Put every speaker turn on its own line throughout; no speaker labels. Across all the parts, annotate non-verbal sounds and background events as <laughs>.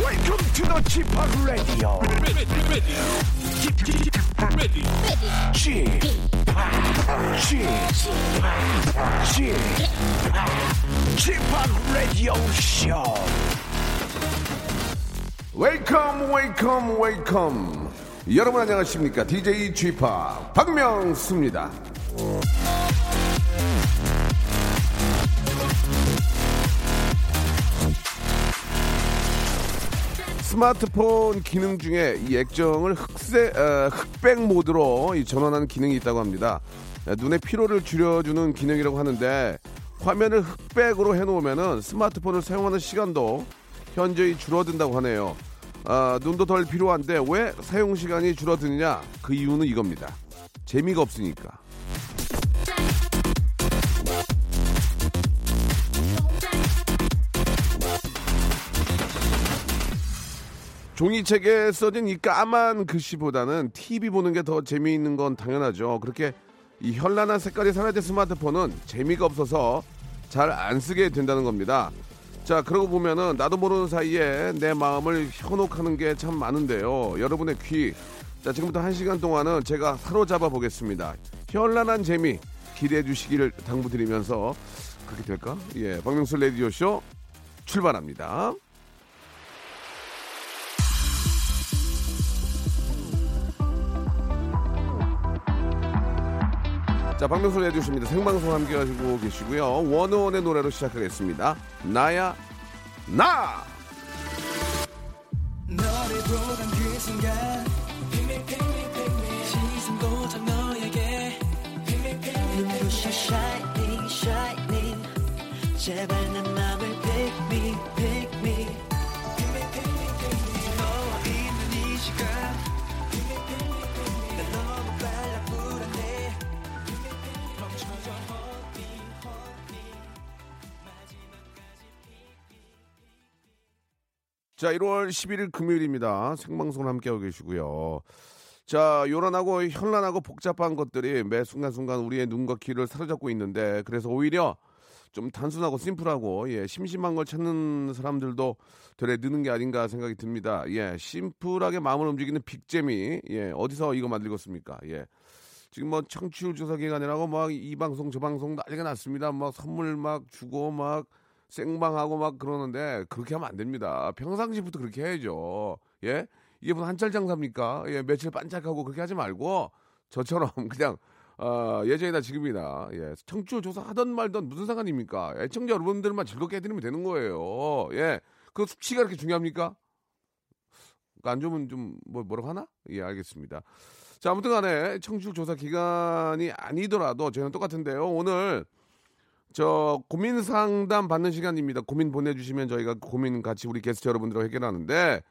Welcome to the g p o p Radio.
ready, ready, ready,
g p o p G p o p Radio Show.
웨이컴 웨이컴 웨이컴 여러분 안녕하십니까 DJ g p o 박명수입니다 스마트폰 기능 중에 이 액정을 흑색, 어, 흑백 모드로 이 전환하는 기능이 있다고 합니다. 에, 눈의 피로를 줄여주는 기능이라고 하는데 화면을 흑백으로 해놓으면 스마트폰을 사용하는 시간도 현저히 줄어든다고 하네요. 아, 눈도 덜 필요한데 왜 사용 시간이 줄어드느냐? 그 이유는 이겁니다. 재미가 없으니까. 종이책에 써진 이 까만 글씨보다는 TV 보는 게 더 재미있는 건 당연하죠. 그렇게 이 현란한 색깔이 사라진 스마트폰은 재미가 없어서 잘 안 쓰게 된다는 겁니다. 자, 그러고 보면은 나도 모르는 사이에 내 마음을 현혹하는 게 참 많은데요. 여러분의 귀. 자, 지금부터 한 시간 동안은 제가 사로잡아 보겠습니다. 현란한 재미 기대해 주시기를 당부드리면서 그렇게 될까? 예, 박명수 레디오쇼 출발합니다. 자, 박명수 해주십니다. 생방송 함께 하시고 계시고요. 원어원의 노래로 시작하겠습니다. 나야, 나!
너를 보던 그 순간 시선 고정 너에게 눈부셔 shining shining 제발 내 맘을 pick me pick me 너와 있는 이 시간 난 너무 빨라 불안해 멈춰줘 hold me hold me
자, 1월 11일 금요일입니다. 생방송 함께하고 계시고요. 자, 요란하고 현란하고 복잡한 것들이 매 순간순간 우리의 눈과 귀를 사로잡고 있는데, 그래서 오히려 좀 단순하고 심플하고, 예, 심심한 걸 찾는 사람들도 되레 느는 게 아닌가 생각이 듭니다. 예, 심플하게 마음을 움직이는 빅재미, 예, 어디서 이거 만들겠습니까? 예. 지금 뭐 청취율 조사 기간이라고 막 이 방송 저 방송 난리가 났습니다. 막 선물 막 주고 막 생방하고 막 그러는데 그렇게 하면 안 됩니다. 평상시부터 그렇게 해야죠. 예? 이게 무슨 한철 장사입니까? 예, 며칠 반짝하고 그렇게 하지 말고 저처럼 <laughs> 그냥 어, 예전이나 지금이나 예, 청취율 조사 하던 말던 무슨 상관입니까? 애청자 여러분들만 즐겁게 해드리면 되는 거예요. 예, 그 수치가 그렇게 중요합니까? 안 좋으면 좀 뭐, 뭐라고 하나? 예, 알겠습니다. 자, 아무튼 간에 청취율 조사 기간이 아니더라도 저희는 똑같은데요. 오늘 저 고민 상담 받는 시간입니다. 고민 보내주시면 저희가 고민 같이 우리 게스트 여러분들과 해결하는데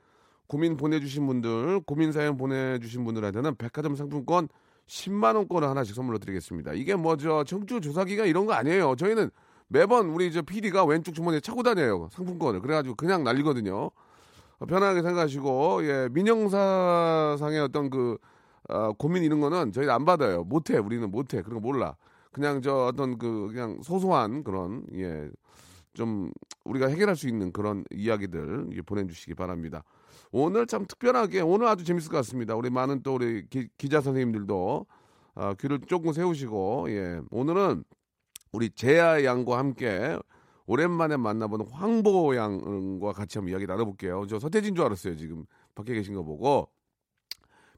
고민 보내주신 분들, 고민 사연 보내주신 분들한테는 백화점 상품권 10만 원권을 하나씩 선물로 드리겠습니다. 이게 뭐 저 청취율 조사 기간 이런 거 아니에요. 저희는 매번 우리 저 PD가 왼쪽 주머니에 차고 다녀요 상품권을. 그래가지고 그냥 날리거든요. 어, 편하게 생각하시고 예 민영사상의 어떤 그 어, 고민 이런 거는 저희 안 받아요 못해 우리는 못해 그런 거 몰라 그냥 저 어떤 그 그냥 소소한 그런 예 좀 우리가 해결할 수 있는 그런 이야기들 이제 보내주시기 바랍니다 오늘 참 특별하게 오늘 아주 재밌을 것 같습니다 우리 많은 또 우리 기, 기자 선생님들도 아, 귀를 조금 세우시고 예 오늘은 우리 재하 양과 함께 오랜만에 만나보는 황보 양과 같이 한번 이야기 나눠볼게요. 저 서태진 줄 알았어요. 지금 밖에 계신 거 보고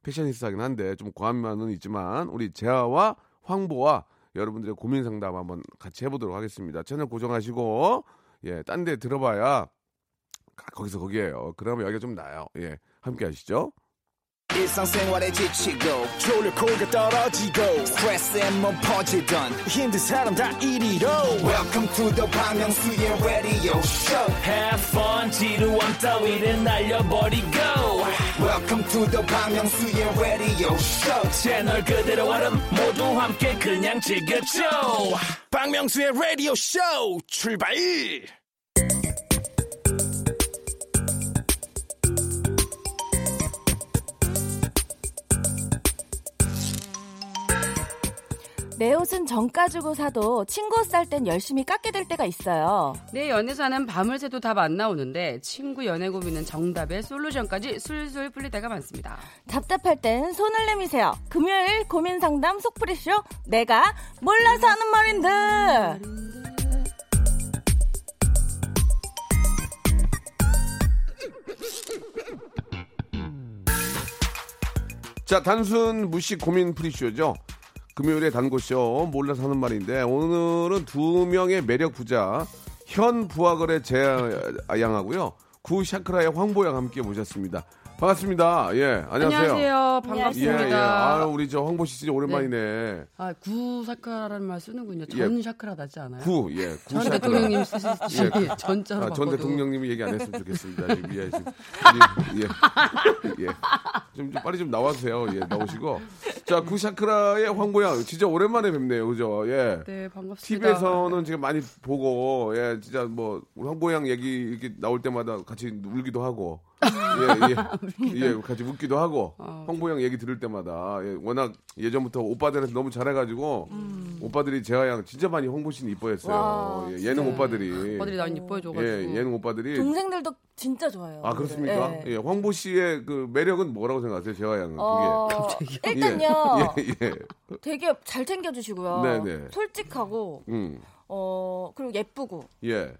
패셔니스트하긴 한데 좀 과한면은 있지만 우리 재하와 황보와 여러분들의 고민 상담 한번 같이 해보도록 하겠습니다. 채널 고정하시고 예, 딴 데 들어봐야 가- 거기서 거기에요. 그러면 여기가 좀 나요. 예, 함께 하시죠.
일상생활에 지치고, 졸려 코가 떨어지고, 스트레스에 몸 퍼지던, 힘든 사람 다 이리로. welcome to the Bang Myung-soo's radio show
Have fun 지루함 따위를 날려버리고
welcome to the Bang Myung-soo's radio show
채널 그대로 얼음 모두 함께 그냥 즐겨줘
박명수의 라디오 쇼 출발!
내 옷은 정가 주고 사도 친구 옷 살 땐 열심히 깎게 될 때가 있어요.
내 네, 연애사는 밤을 새도 답 안 나오는데 친구 연애 고민은 정답의 솔루션까지 술술 풀릴 때가 많습니다.
답답할 땐 손을 내미세요. 금요일 고민 상담 속풀이쇼. 내가 몰라서 하는 말인데.
자, 단순 무식 고민 프리쇼죠. 금요일에 단고쇼 몰라서 하는 말인데 오늘은 두 명의 매력 부자 현 부하거래 재양하고요 구샤크라의 황보양 함께 모셨습니다. 반갑습니다. 예, 안녕하세요. 예,
반갑습니다.
예. 아, 우리 저 황보 씨 진짜 오랜만이네.
아, 구사카라는 말 쓰는군요.
예.
전 샤크라 같지 않아요?
구, 예,
전
구샤크라.
대통령님 쓰시지
예.
전자로
아, 전
바꿔도.
대통령님이 얘기 안 했으면 좋겠습니다. 지금,
<laughs>
예, 지금. 우리, 예. 예. 좀, 좀 빨리 좀 나와주세요. 예, 나오시고. 자, 구샤크라의 황보양. 진짜 오랜만에 뵙네요. 그죠? 예.
네, 반갑습니다.
TV에서는 지금 많이 보고, 예, 진짜 뭐, 우리 황보양 얘기 이렇게 나올 때마다 같이 울기도 하고,
<laughs>
예, 예, 예, 같이 웃기도 하고,
어,
황보양 얘기 들을 때마다, 예, 워낙 예전부터 오빠들한테 너무 잘해가지고,
음.
오빠들이 재하양 진짜 많이 홍보신 이뻐했어요.
와,
예, 예능 오빠들이.
어들이 나 이뻐해 줘
예,
가지고.
예능 오빠들이.
동생들도 진짜 좋아요.
아, 그렇습니까?
네.
예, 황보 씨의 그 매력은 뭐라고 생각하세요, 재하양은?
어,
그게.
일단요,
예, 예.
되게 잘 챙겨주시고요.
네네.
솔직하고,
음,
어, 그리고 예쁘고,
예.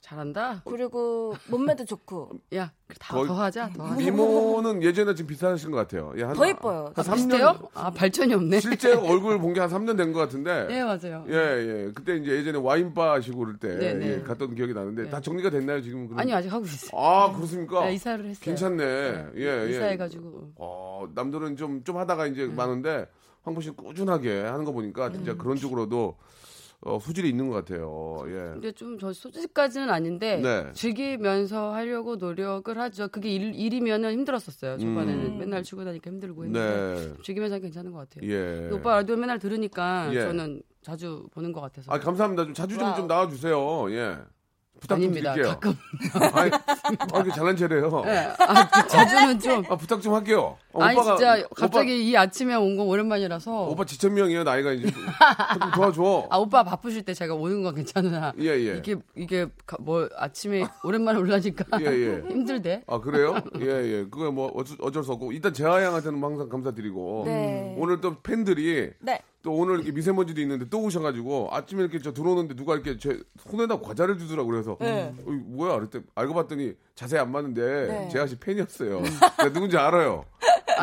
잘한다.
그리고 몸매도 좋고,
야, 그래, 다
거의-
더 하자. 더 하자.
미모는 예전에 지금 비슷하신 것 같아요. 예, 한,
더 예뻐요.
한
아,
3년.
비슷해요? 아, 발전이 없네.
실제 얼굴 본 게 한 3년 된 것 같은데.
예, 맞아요.
예, 예. 그때 이제 예전에 와인바 시고 그럴 때
네, 네.
예, 갔던 기억이 나는데 다 정리가 됐나요, 지금? 그럼?
아니, 아직 하고 있어요.
아, 그렇습니까?
네, 이사를 했어요.
괜찮네. 예, 예.
이사해 가지고.
어, 남들은 좀, 좀 하다가 이제
음.
많은데 황보 씨 꾸준하게 하는 거 보니까 진짜 그런 쪽으로도 어, 소질이 있는 것 같아요. 예.
근데 좀 저 소질까지는 아닌데
네.
즐기면서 하려고 노력을 하죠. 그게 일, 일이면은 힘들었었어요. 초반에는 맨날 치고 다니까 힘들고 했는데
음. 네.
즐기면서 하니까 괜찮은 것 같아요.
예.
오빠 라디오 맨날 들으니까
예.
저는 자주 보는 것 같아서
아, 감사합니다. 좀 자주 좀, 좀 나와주세요. 예. 부탁 좀
아닙니다.
드릴게요.
가끔
<laughs> 아니, 아, 이렇게 잘난 체래요.
아, 그 자주는 좀
<laughs> 아, 부탁 좀 할게요. 아,
아니 진짜
오빠-
갑자기 이 아침에 온 거 오랜만이라서
오빠 지천명이에요 나이가 이제 좀 도와줘.
<laughs> 아 오빠 바쁘실 때 제가 오는 건 괜찮으나
예, 예.
이게 이게 가- 뭐 아침에 오랜만에 <laughs> 올라니까
예, 예.
힘들대.
아 그래요? 예예 그거 뭐 어쩔, 어쩔 수 없고 일단 재하 양한테는 항상 감사드리고
네.
오늘 또 팬들이
네.
또 오늘 이렇게 미세먼지도 있는데 또 오셔가지고 아침에 이렇게 저 들어오는데 누가 이렇게 제 손에다 과자를 주더라고 그래서
네.
어, 이거 뭐야 그때 알고 봤더니 자세히 안 봤는데
네.
재하 씨
음.
팬이었어요. 제가 누군지
<laughs>
알아요.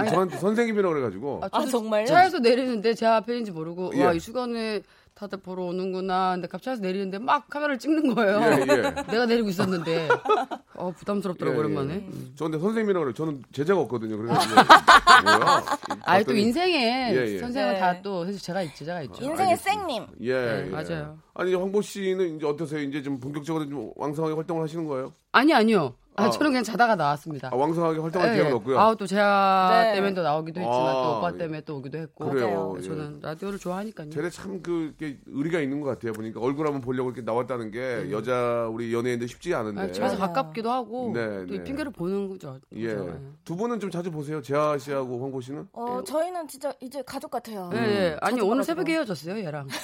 저한테 선생님이라고 그래가지고
아,
저도
정말요?
차에서 내리는데 제 앞에인지 모르고
예.
와 이 시간에 다들 보러 오는구나. 근데 갑자기 차에서 내리는데 막 카메라를 찍는 거예요.
예, 예.
<laughs> 내가 내리고 있었는데 어 부담스럽더라고
예,
오랜만에.
예. 저 근데 선생님이라고 그래요. 저는 제자가 없거든요. 그래서
<laughs>
뭐야?
아니 또
봤더니
인생에
예, 예.
선생은
네.
다또 사실 제가 있지 제가 있죠.
인생의
알겠습니다.
쌩님.
예,
네,
예.
맞아요.
아니 황보 씨는 이제 어떠세요? 이제 좀 본격적으로 좀 왕성하게 활동을 하시는 거예요?
아니 아니요. 아,
아.
저는 그냥 자다가 나왔습니다. 예,
아, 왕성하게 활동할 기회는 없고요.
네. 아우 또 제가
네.
때문에 또 나오기도 했지만
아,
또 오빠
예.
때문에 또 오기도 했고.
그래요.
맞아요.
예.
저는 라디오를 좋아하니까요.
쟤네 참그 의리가 있는 것 같아요. 보니까 얼굴 한번 보려고 이렇게 나왔다는 게 여자 우리 연예인들 쉽지 않은데.
아, 집에서
음. 맞아요.
가깝기도 하고
네,
또이
네.
핑계를 보는 거죠.
예.
그죠?
두 분은 좀 자주 보세요. 재하 씨하고 황보 씨는?
어, 저희는 진짜 이제 가족 같아요.
예,
음.
예. 아니
자주
오늘
봐가지고.
새벽에 헤어졌어요 얘랑.
<laughs>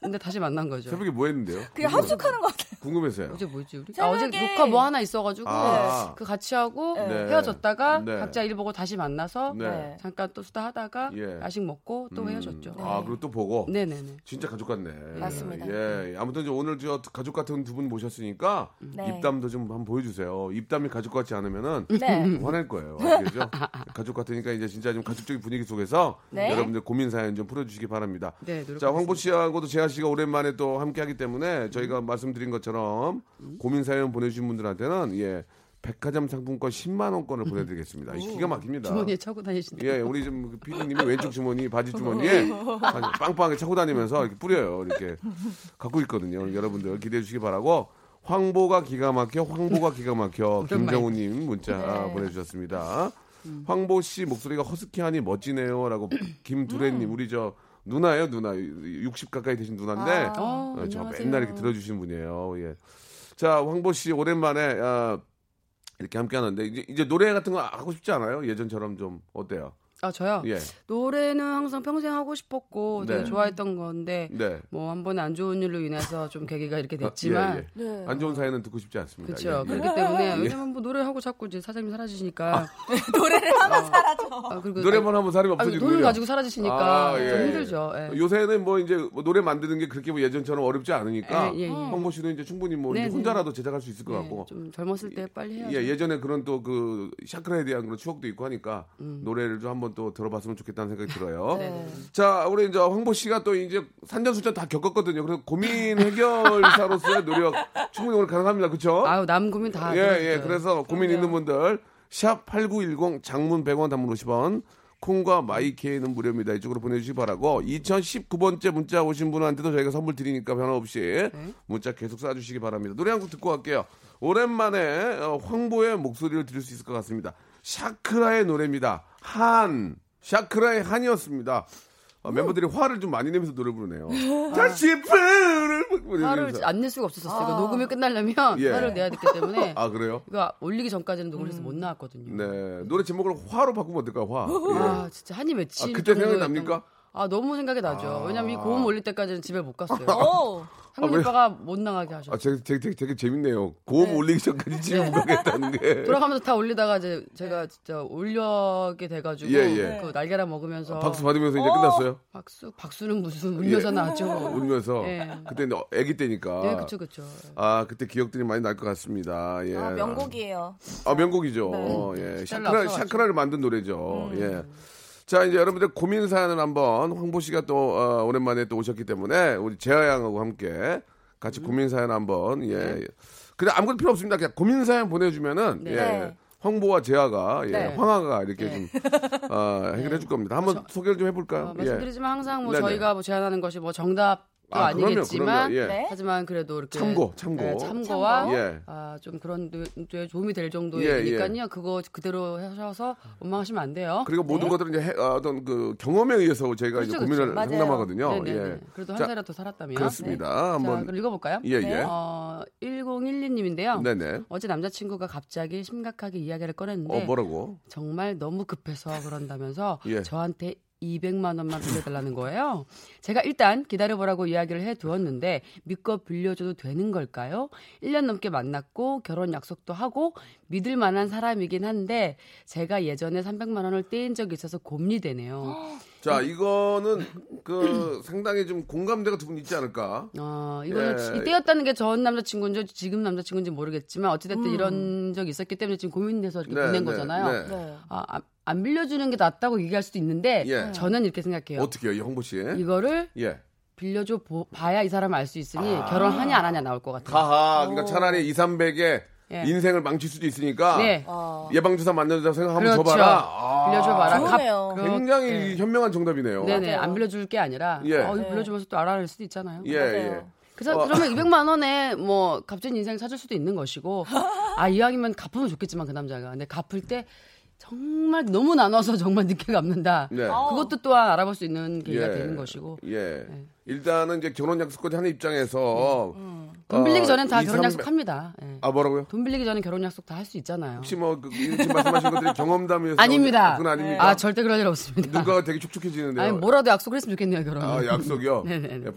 근데 다시 만난 거죠.
새벽에 뭐 했는데요?
네. 그게 네. 합숙하는 것 같아요.
궁금해서요.
어제 뭐였지 우리? 아,
새벽에.
어제 녹화 뭐 하나 있어가지고
아.
그 같이 하고
네.
헤어졌다가
네.
각자 일 보고 다시 만나서
네.
잠깐 또 수다하다가
예.
야식 먹고 또 헤어졌죠.
음.
네.
아, 그리고 또 보고.
네네네.
진짜 가족 같네.
맞습니다.
예, 아무튼 이제 오늘 저 가족 같은 두 분 모셨으니까
네.
입담도 좀 한번 보여주세요. 입담이 가족 같지 않으면은
네.
화낼
<laughs>
거예요. 아시겠죠? 가족 같으니까 이제 진짜 좀 가족적인 분위기 속에서
네.
여러분들 고민 사연 좀 풀어주시기 바랍니다.
네, 노력하겠습니다.
자, 황보 씨하고도 재하 씨가 오랜만에 또 함께하기 때문에 저희가 말씀드린 것처럼 고민 사연 보내주신 분들한테는 예 백화점 상품권 10만 원권을 보내드리겠습니다. 이 기가 막힙니다.
음. 주머니에 차고 다니신다.
예, 우리 지금 피디님이 왼쪽 주머니, 바지 주머니에 아주 빵빵하게 차고 다니면서 이렇게 뿌려요. 이렇게 갖고 있거든요. 여러분들 기대해 주시기 바라고 황보가 기가 막혀, 황보가 기가
<laughs>
막혀. 김정우님 문자
네.
보내주셨습니다.
음.
황보 씨 목소리가 허스키하니 멋지네요라고 김두래님
음.
우리 저 누나예요 누나 60 가까이 되신 누나인데
어,
어, 저
안녕하세요.
맨날 이렇게 들어주신 분이에요. 예. 자, 황보 씨 오랜만에 아, 이렇게 함께 하는데 이제, 이제 노래 같은 거 하고 싶지 않아요? 예전처럼 좀 어때요?
아 저요.
예.
노래는 항상 평생 하고 싶었고 되게
네.
좋아했던 건데
네.
뭐 한 번에 안 좋은 일로 인해서 좀 계기가 이렇게 됐지만
아, 예,
네.
예. 안 좋은 사연은 듣고 싶지 않습니다.
그렇죠.
예, 예. 아.
그렇기 때문에 왜냐면 뭐 노래하고 자꾸 이제 사장님 사라지시니까
<laughs> 노래를 하면 사라져.
아, 그리고
노래만 하면 사람이
아니,
없어지는 아,
돈을 가지고 사라지시니까 좀 힘들죠. 예.
요새는 뭐 이제 뭐 노래 만드는 게 그렇게 뭐 예전처럼 어렵지 않으니까
예, 예, 예.
홍보 씨도 이제 충분히 뭐
네,
이제
네.
혼자라도 제작할 수 있을 것
예,
같고
좀 젊었을 때 빨리 해야죠.
예, 예전에 그런 또 그 샤크라에 대한 그런 추억도 있고 하니까
음.
노래를 좀 한번 또 들어봤으면 좋겠다는 생각이 들어요.
네.
자, 우리 이제 황보 씨가 또 이제 산전수전 다 겪었거든요. 그래서 고민 해결사로서의 노력 충분히 오늘 가능합니다. 그렇죠?
아유 남 고민 다.
예,
들어주죠.
예. 그래서 고민 있는 분들 샵8910 장문 100원 단문 50원 콩과 마이케이는 무료입니다. 이쪽으로 보내주시기 바라고 2019번째 문자 오신 분한테도 저희가 선물 드리니까 변함없이 문자 계속 쏴주시기 바랍니다. 노래 한 곡 듣고 갈게요. 오랜만에 어, 황보의 목소리를 들을 수 있을 것 같습니다. 샤크라의 노래입니다. 한 샤크라의 한이었습니다. 어, 멤버들이 화를 좀 많이 내면서 노래 부르네요. 다시 부르
화를 아. 안 낼 수가 없었어요.
아.
이거 녹음이 끝나려면
예.
화를 내야 됐기 때문에
아 그래요?
이거 올리기 전까지는 녹음을 해서 못 나왔거든요.
네 노래 제목을 화로 바꾸면 어떨까요? 화. 예.
아 진짜 한이 맺힌.
아, 그때 생각이
정도였던-
납니까? 아.
아 너무 생각이 나죠. 왜냐면 이 고음 올릴 때까지는 집에 못
<laughs>
갔어요.
오.
한국
왜?
오빠가 못 나가게
아,
하셨어요.
되게, 되게, 되게, 되게 재밌네요. 고음 올리기 전까지 지금 무가겠다는 게.
<laughs> 돌아가면서 다 올리다가 이제 제가 진짜 올려게 돼가지고
예, 예.
그 날개라 먹으면서
박수 받으면서 예. 이제 끝났어요.
박수 박수는 무슨 울려서 나죠.
울면서.
예.
그때 이제 아기 때니까.
네, 그쵸 그쵸.
아, 그때 기억들이 많이 날 것 같습니다. 예.
아, 명곡이에요.
아, 명곡이죠.
네.
예.
셀러
샤크라,
앞서가지고. 음.
샤크라를 만든 노래죠. 예. 자, 이제 여러분들 고민 사연을 한번 황보 씨가 또 어, 오랜만에 또 오셨기 때문에 우리 재하 양하고 함께 같이
음.
고민 사연 한번 예.
네.
그래 아무것도 필요 없습니다. 그냥 고민 사연 보내주면은 예.
네.
황보와 재하가 예,
네.
황하가 이렇게
<laughs>
좀 아, 해결해 줄 겁니다. 한번 소개를 좀 해볼까요?
어,
예.
말씀드리지만 항상 뭐
네네.
저희가 뭐 제안하는 것이 뭐 정답도
아,
아,
그럼요,
니겠지만
그럼요, 예.
네.
하지만 그래도 이렇게 네,
참고, 참고.
참고와
예.
아, 좀 그런 데 도움이 될
예,
정도이니까요. 그거 그대로 하셔서 원망하시면 안 돼요.
그리고 모든 것들은 이제 해, 아, 어떤 그 경험에 의해서 저희가 그러니까
그렇죠,
이제
그렇죠.
고민을
맞아요.
상담하거든요.
네네네.
예. 자,
그래도 한 살이라도 살았다면.
그렇습니다.
네. 자,
한번
그럼 읽어볼까요?
예, 예.
어, 1012님인데요.
네네.
어제 남자친구가 갑자기 심각하게 이야기를 꺼냈는데
어 뭐라고?
정말 너무 급해서 그런다면서
<laughs> 예.
저한테 200만 원만 빌려달라는 거예요. 제가 일단 기다려보라고 이야기를 해두었는데 믿고 빌려줘도 되는 걸까요? 1년 넘게 만났고 결혼 약속도 하고 믿을 만한 사람이긴 한데 제가 예전에 300만 원을 떼인 적이 있어서
<gasps>
곰이 되네요.
자, 이거는 그 <clears throat> 상당히 좀 공감대가 두 분 있지 않을까?
어, 이거는
예.
지- 이때였다는 게 전 남자친구인지 지금 남자친구인지 모르겠지만 어찌됐든 이런 적이 있었기 때문에 지금 고민돼서 이렇게
음. 네,
보낸
네,
거잖아요.
네.
네.
아, 안- 안 빌려주는 게 낫다고 얘기할 수도 있는데
예.
저는 이렇게 생각해요.
어떻게 해요, 홍보 씨?
이거를
예.
빌려줘 보- 봐야 이 사람 을 알 수 있으니
아.
결혼하냐 안 하냐 나올 것 같아요.
가하. 그러니까 차라리 2, 300에
예.
인생을 망칠 수도 있으니까
네.
어.
예방주사 맞는다 생각하면
그렇죠.
줘봐라. 아,
빌려줘봐라. 갑-
좋네요.
그렇-
굉장히
네.
현명한 정답이네요.
네네 안 빌려줄 게 아니라
예.
어,
네.
이거 빌려주면서 또 알아낼 수도 있잖아요.
예, 예.
그래서
<laughs>
그러면 200만 원에 뭐 값진 인생 찾을 수도 있는 것이고 아 이왕이면 갚으면 좋겠지만 그 남자가 근데 갚을 때 정말 너무 나눠서 정말 늦게 갚는다.
네.
어.
그것도 또한 알아볼 수 있는 계기가
예.
되는 것이고 네.
예. 일단은 이제 결혼 약속까지 하는 입장에서
음. 돈 빌리기
어,
전엔 다
이,
결혼
삼백-
약속합니다. 예.
아, 뭐라고요?
돈 빌리기 전에 결혼 약속 다 할 수 있잖아요.
혹시 뭐 그, 지금 말씀하신 것들이 경험담이어서
아닙니다.
그건 아닙니까?
아 절대 그럴 일 없습니다.
눈가가 되게 촉촉해지는데요.
<laughs> 아니 뭐라도 약속을 했으면 좋겠네요 결혼.
아,
<laughs>
약속이요?
음. 네네네.
예,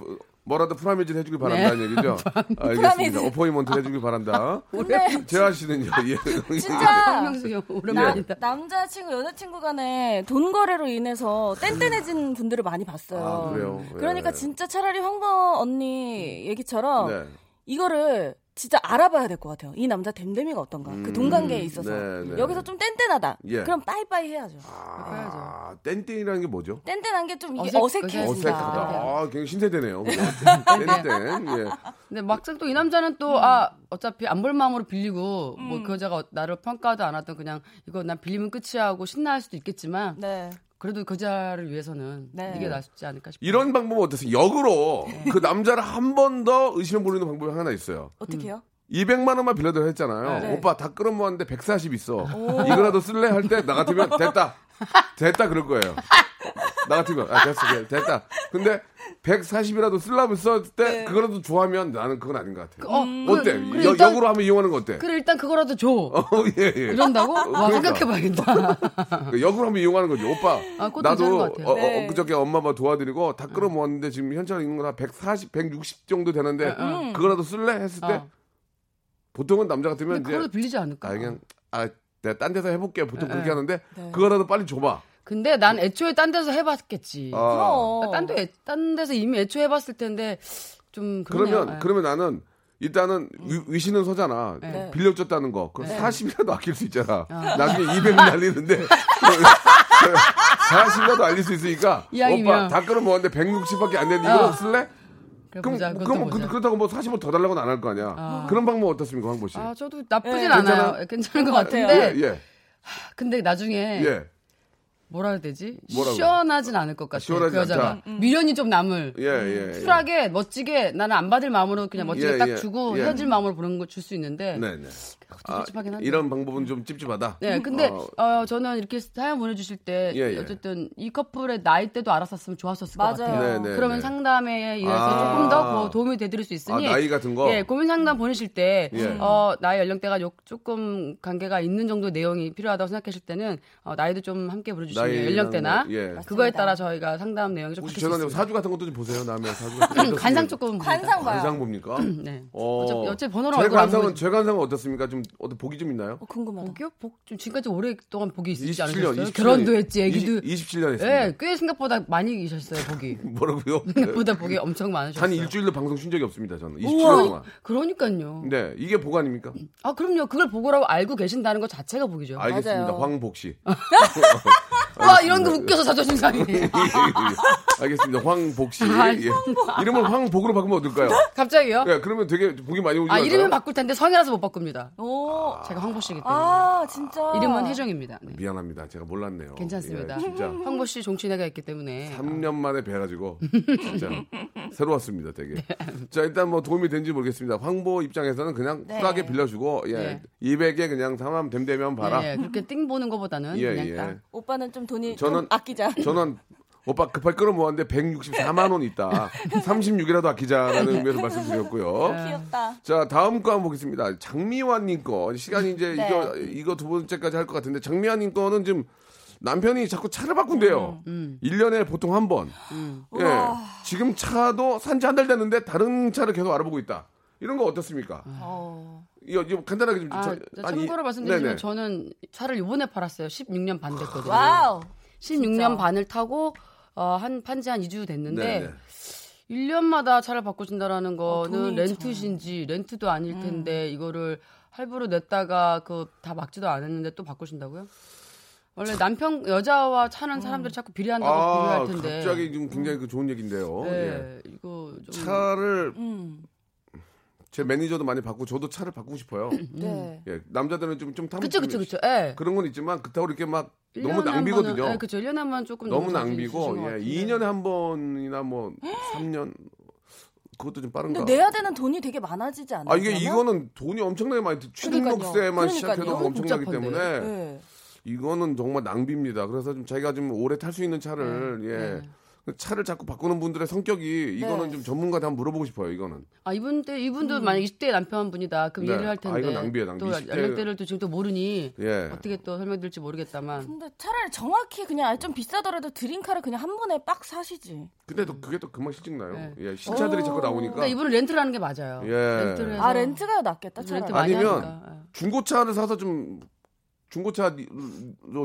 뭐라도 프라미즈를 해주길 바란다는 얘기죠? 알겠습니다. 어포인먼트 해주길 바란다. 네, 재하 씨는요? 예.
진짜
아, 박명수 형
네.
나,
오랜만이다.
남자친구 여자친구 간에 돈 거래로 인해서
<laughs>
뗀뗀해진 분들을 많이 봤어요.
아, 그래요? 예.
그러니까 진짜 차라리 황보 언니 얘기처럼
네.
이거를 진짜 알아봐야 될 것 같아요. 이 남자 댐댐이가 어떤가. 그 돈 관계에 있어서
네, 네.
여기서 좀 뗀뗀하다.
예.
그럼 빠이빠이 해야죠.
아, 땡땡이라는 게 뭐죠?
뗀뗀한 게 좀 이게
어색-
어색해. 진
어색하다.
네.
아, 굉장히 신세대네요. 그죠? 땡땡. 예.
근데 막상 또 이 남자는 또 아 어차피 안 볼 마음으로 빌리고 뭐 그 여자가 나를 평가도 안 하던 그냥 이거 난 빌리면 끝이야 하고 신나할 수도 있겠지만
네.
그래도 그 여자를 위해서는
네.
이게 낫지 않을까 싶어요.
이런 방법은 어떠세요? 역으로 그 남자를 한 번 더 의심을 부리는 방법이 하나 있어요.
어떻게 해요?
음. 200만 원만 빌려달라 했잖아요.
네.
오빠 다 끌어모았는데 140 있어. 이거라도 쓸래? 할 때 나 같으면 됐다. 됐다 그럴 거예요. 나 같으면 아 됐어 됐- 됐다. 근데 140이라도 쓰려면 썼을 때 그거라도 좋아하면 나는 그건 아닌 것 같아요.
어, 네. 그-
어때?
그래,
여,
일단-
역으로 하면 이용하는 거 어때?
그래 일단 그거라도 줘.
어, 예, 예.
<laughs> 이런다고? 와
그러니까. <laughs>
생각해봐야겠다.
그 역으로 한번 이용하는 거지 오빠
아, 그것도 괜찮은
나도
것 같아요. 네.
어, 어, 엊그저께 엄마 아빠 도와드리고 다 끌어모았는데 지금 현찰 있는 거다 140, 160 정도 되는데 그거라도 쓸래? 했을 때
어.
보통은 남자 같으면
근데
이제
그거라도 빌리지 않을까?
아 그냥 아 내가 딴 데서 해볼게 보통 그렇게
네.
하는데 그거라도 빨리 줘봐
근데 난 애초에 딴 데서 해봤겠지.
아,
어.
딴, 데, 딴 데서 이미 애초에 해봤을 텐데 좀 그러네요. 예. 네.
그러면 그러면 나는 일단은 위, 신은 서잖아 네. 빌려줬다는 거 그럼 40이라도 아낄 수 있잖아
<laughs>
나중에 200 날리는데 40이라도 알릴 수 있으니까
이왕이면.
오빠 다 끌어모았는데 160밖에 안 되는데 이거
어.
쓸래?
그래
그럼,
보자, 그것도
그럼 그,
보자.
그렇다고 뭐 40원 더 달라고는 안 할 거 아니야. 그런 방법 어떻습니까, 황보 씨?
아 네. 저도 나쁘진
예.
않아요. 괜찮은 것
같아요.
같은데
예, 예,
근데 나중에
예.
뭐라 해야 되지?
뭐라고?
시원하진 않을 것 같아요.
시원하지
그 여자가
않다.
미련이 좀 남을.
예, 예, 예.
쿨하게 멋지게 나는 안 받을 마음으로 그냥 멋지게
예,
딱
예.
주고
예.
헤어질 마음으로 보는 걸 줄 수 있는데
네, 네.
아, 찝찝하긴 한데.
이런 방법은 좀 찝찝하다.
네, 근데
어,
어, 저는 이렇게 사연 보내주실 때
예, 예.
어쨌든 이 커플의 나이 때도 알았었으면 좋았었을
맞아요.
것 같아요.
네, 네,
그러면
네.
상담에 의해서
아.
조금 더 뭐 도움이 되드릴 수 있으니
아, 나이 같은 거?
예, 고민 상담 보내실 때
예.
어, 나이 연령대가 요- 조금 관계가 있는 정도 내용이 필요하다고 생각하실 때는 어, 나이도 좀 함께 물어주시면
나이랑
연령대나
뭐, 예.
그거에
맞습니다.
따라 저희가 상담 내용이 좀
혹시
바뀔 수
전화님
있습니다.
사주 같은 것도 좀 보세요. 다음에 사주
<clears throat>
같은 것도
관상
어떻게-
조금
관상 봐요.
관상 봅니까?
<clears throat> 네.
어.
어차피 어째 번호랑
제
얼굴 안
관상은
보이지.
제 관상은 어떻습니까? 좀 어떤 복이 좀 있나요?
어,
음.
궁금하다.
복이요? 복, 좀 지금까지 오랫동안 복이 있으시지
27년,
않으셨어요?
27년,
결혼도 했지, 애기도.
27년
예,
했습니다.
꽤 생각보다 많이 계셨어요, <laughs> 복이.
<laughs> 뭐라고요?
생각보다 복이 엄청 많으셨어요.
단그 일주일도 방송 쉰 적이 없습니다. 저는 27년
우와,
동안.
그러니까요.
네, 이게 복 아닙니까?
아, 그럼요. 그걸 보고라고 알고 계신다는 것 자체가 복이죠.
알겠습니다.
맞아요.
황복
<laughs>
씨.
와, 이런 거 웃겨서 자존심 상해.
네. 예, 예. 알겠습니다. 황복 씨.
아,
예. 이름을 황복으로 바꾸면
<laughs>
어떨까요?
<laughs> 갑자기요?
예, 그러면 되게 복이 많이 오지
아,
않을까요?
이름은 바꿀 텐데 성이라서 못 바꿉니다.
오.
제가 황보씨이기 때문에.
아, 진짜.
이름은 혜정입니다. 네.
미안합니다. 제가 몰랐네요.
괜찮습니다.
어, 예, 진짜
<laughs> 황보씨 종친애가 있기 때문에. 네,
3년 만에
<laughs>
뵈가지고 진짜 새로웠습니다. 되게.
네.
자, 일단 뭐 도움이 된지 모르겠습니다. 황보 입장에서는 그냥 쿨하게 빌려주고 예,
네.
200에 그냥 상함 됨되면 봐라.
예, 그렇게 띵 보는 것보다는
예,
그냥
예.
딱.
오빠는 좀 돈이
저는-
좀 아끼자.
저는 오빠 급하게 끌어모았는데 164만 원
<laughs>
있다. 36이라도 아끼자라는 의미에서
네.
말씀드렸고요.
<laughs> 귀엽다.
자 다음 거 한번 보겠습니다. 장미화님 거 시간이 이제
네.
이거 이거 두 번째까지 할 것 같은데 장미화님 거는 지금 남편이 자꾸 차를 바꾼대요.
음,
일 1년에 보통 한 번. 예. 지금 차도 산지 한 달 됐는데 다른 차를 계속 알아보고 있다. 이런 거 어떻습니까? 이거, 이거 간단하게 좀
아,
저- 아니,
참고로 말씀드리면
네네.
저는 차를 요번에 팔았어요. 16년 반 됐거든요.
와우.
16년
진짜.
반을 타고 어, 한 판지 한 2주 됐는데
네네.
1년마다 차를 바꾸신다라는
어, 돈이 음.
거는 렌트신지 렌트도 아닐 텐데 이거를 할부로 냈다가 그 다 막지도 않았는데 또 바꾸신다고요? 원래 남편 여자와
음.
차는 사람들이 자꾸 비례한다고
아,
비례할 텐데. 음.
갑자기 지금 굉장히 그 좋은 얘기인데요.
네,
예.
이거 좀
차를
음.
제 매니저도 많이 바꾸고 저도 차를 바꾸고 싶어요.
네.
예, 남자들은 좀좀 탐.
음. 그쵸 그쵸 그쵸. 예.
그런 건 있지만 그렇다고 이렇게 막
일년에
너무
한
낭비거든요.
번은- 예, 그쵸. 1년에 한 번 조금
너무
넘어갈 수 있으신 것
낭비고 예,
같은데.
2년에 한 번이나 뭐 3년 그것도 좀 빠른가.
근데 내야 되는 돈이 되게 많아지지 않아요?
그러니까. 아 이게 이거는 돈이 엄청나게 많이 들- 취등록세만
그러니까요.
시작해도
그러니까요.
엄청나기
복잡한데. 예.
때문에
네.
이거는 정말 낭비입니다. 그래서 좀 자기가 좀 오래 탈 수 있는 차를 예. 차를 자꾸 바꾸는 분들의 성격이 이거는
네.
좀 전문가한테 한번 물어보고 싶어요. 이거는
아 이분 때
음.
이분도 만약 20대 남편분이다 그럼
네.
이해를 할 텐데
아, 이건 낭비예요, 낭비.
또
20대
연령대를 또 지금 또 모르니
예.
어떻게 또 설명드릴지 모르겠다만
근데 차라리 정확히 그냥 아예 좀 비싸더라도 드림카를 그냥 한 번에 빡 사시지.
근데 또 그게 또 금방 실증 나요.
네.
예, 신차들이 자꾸 나오니까
그러니까 이분은 렌트를 하는 게 맞아요
예.
렌트를 해서
아 렌트가 낫겠다. 차라리.
렌트 많이
아니면
하니까. 예.
중고차를 사서 좀 중고차로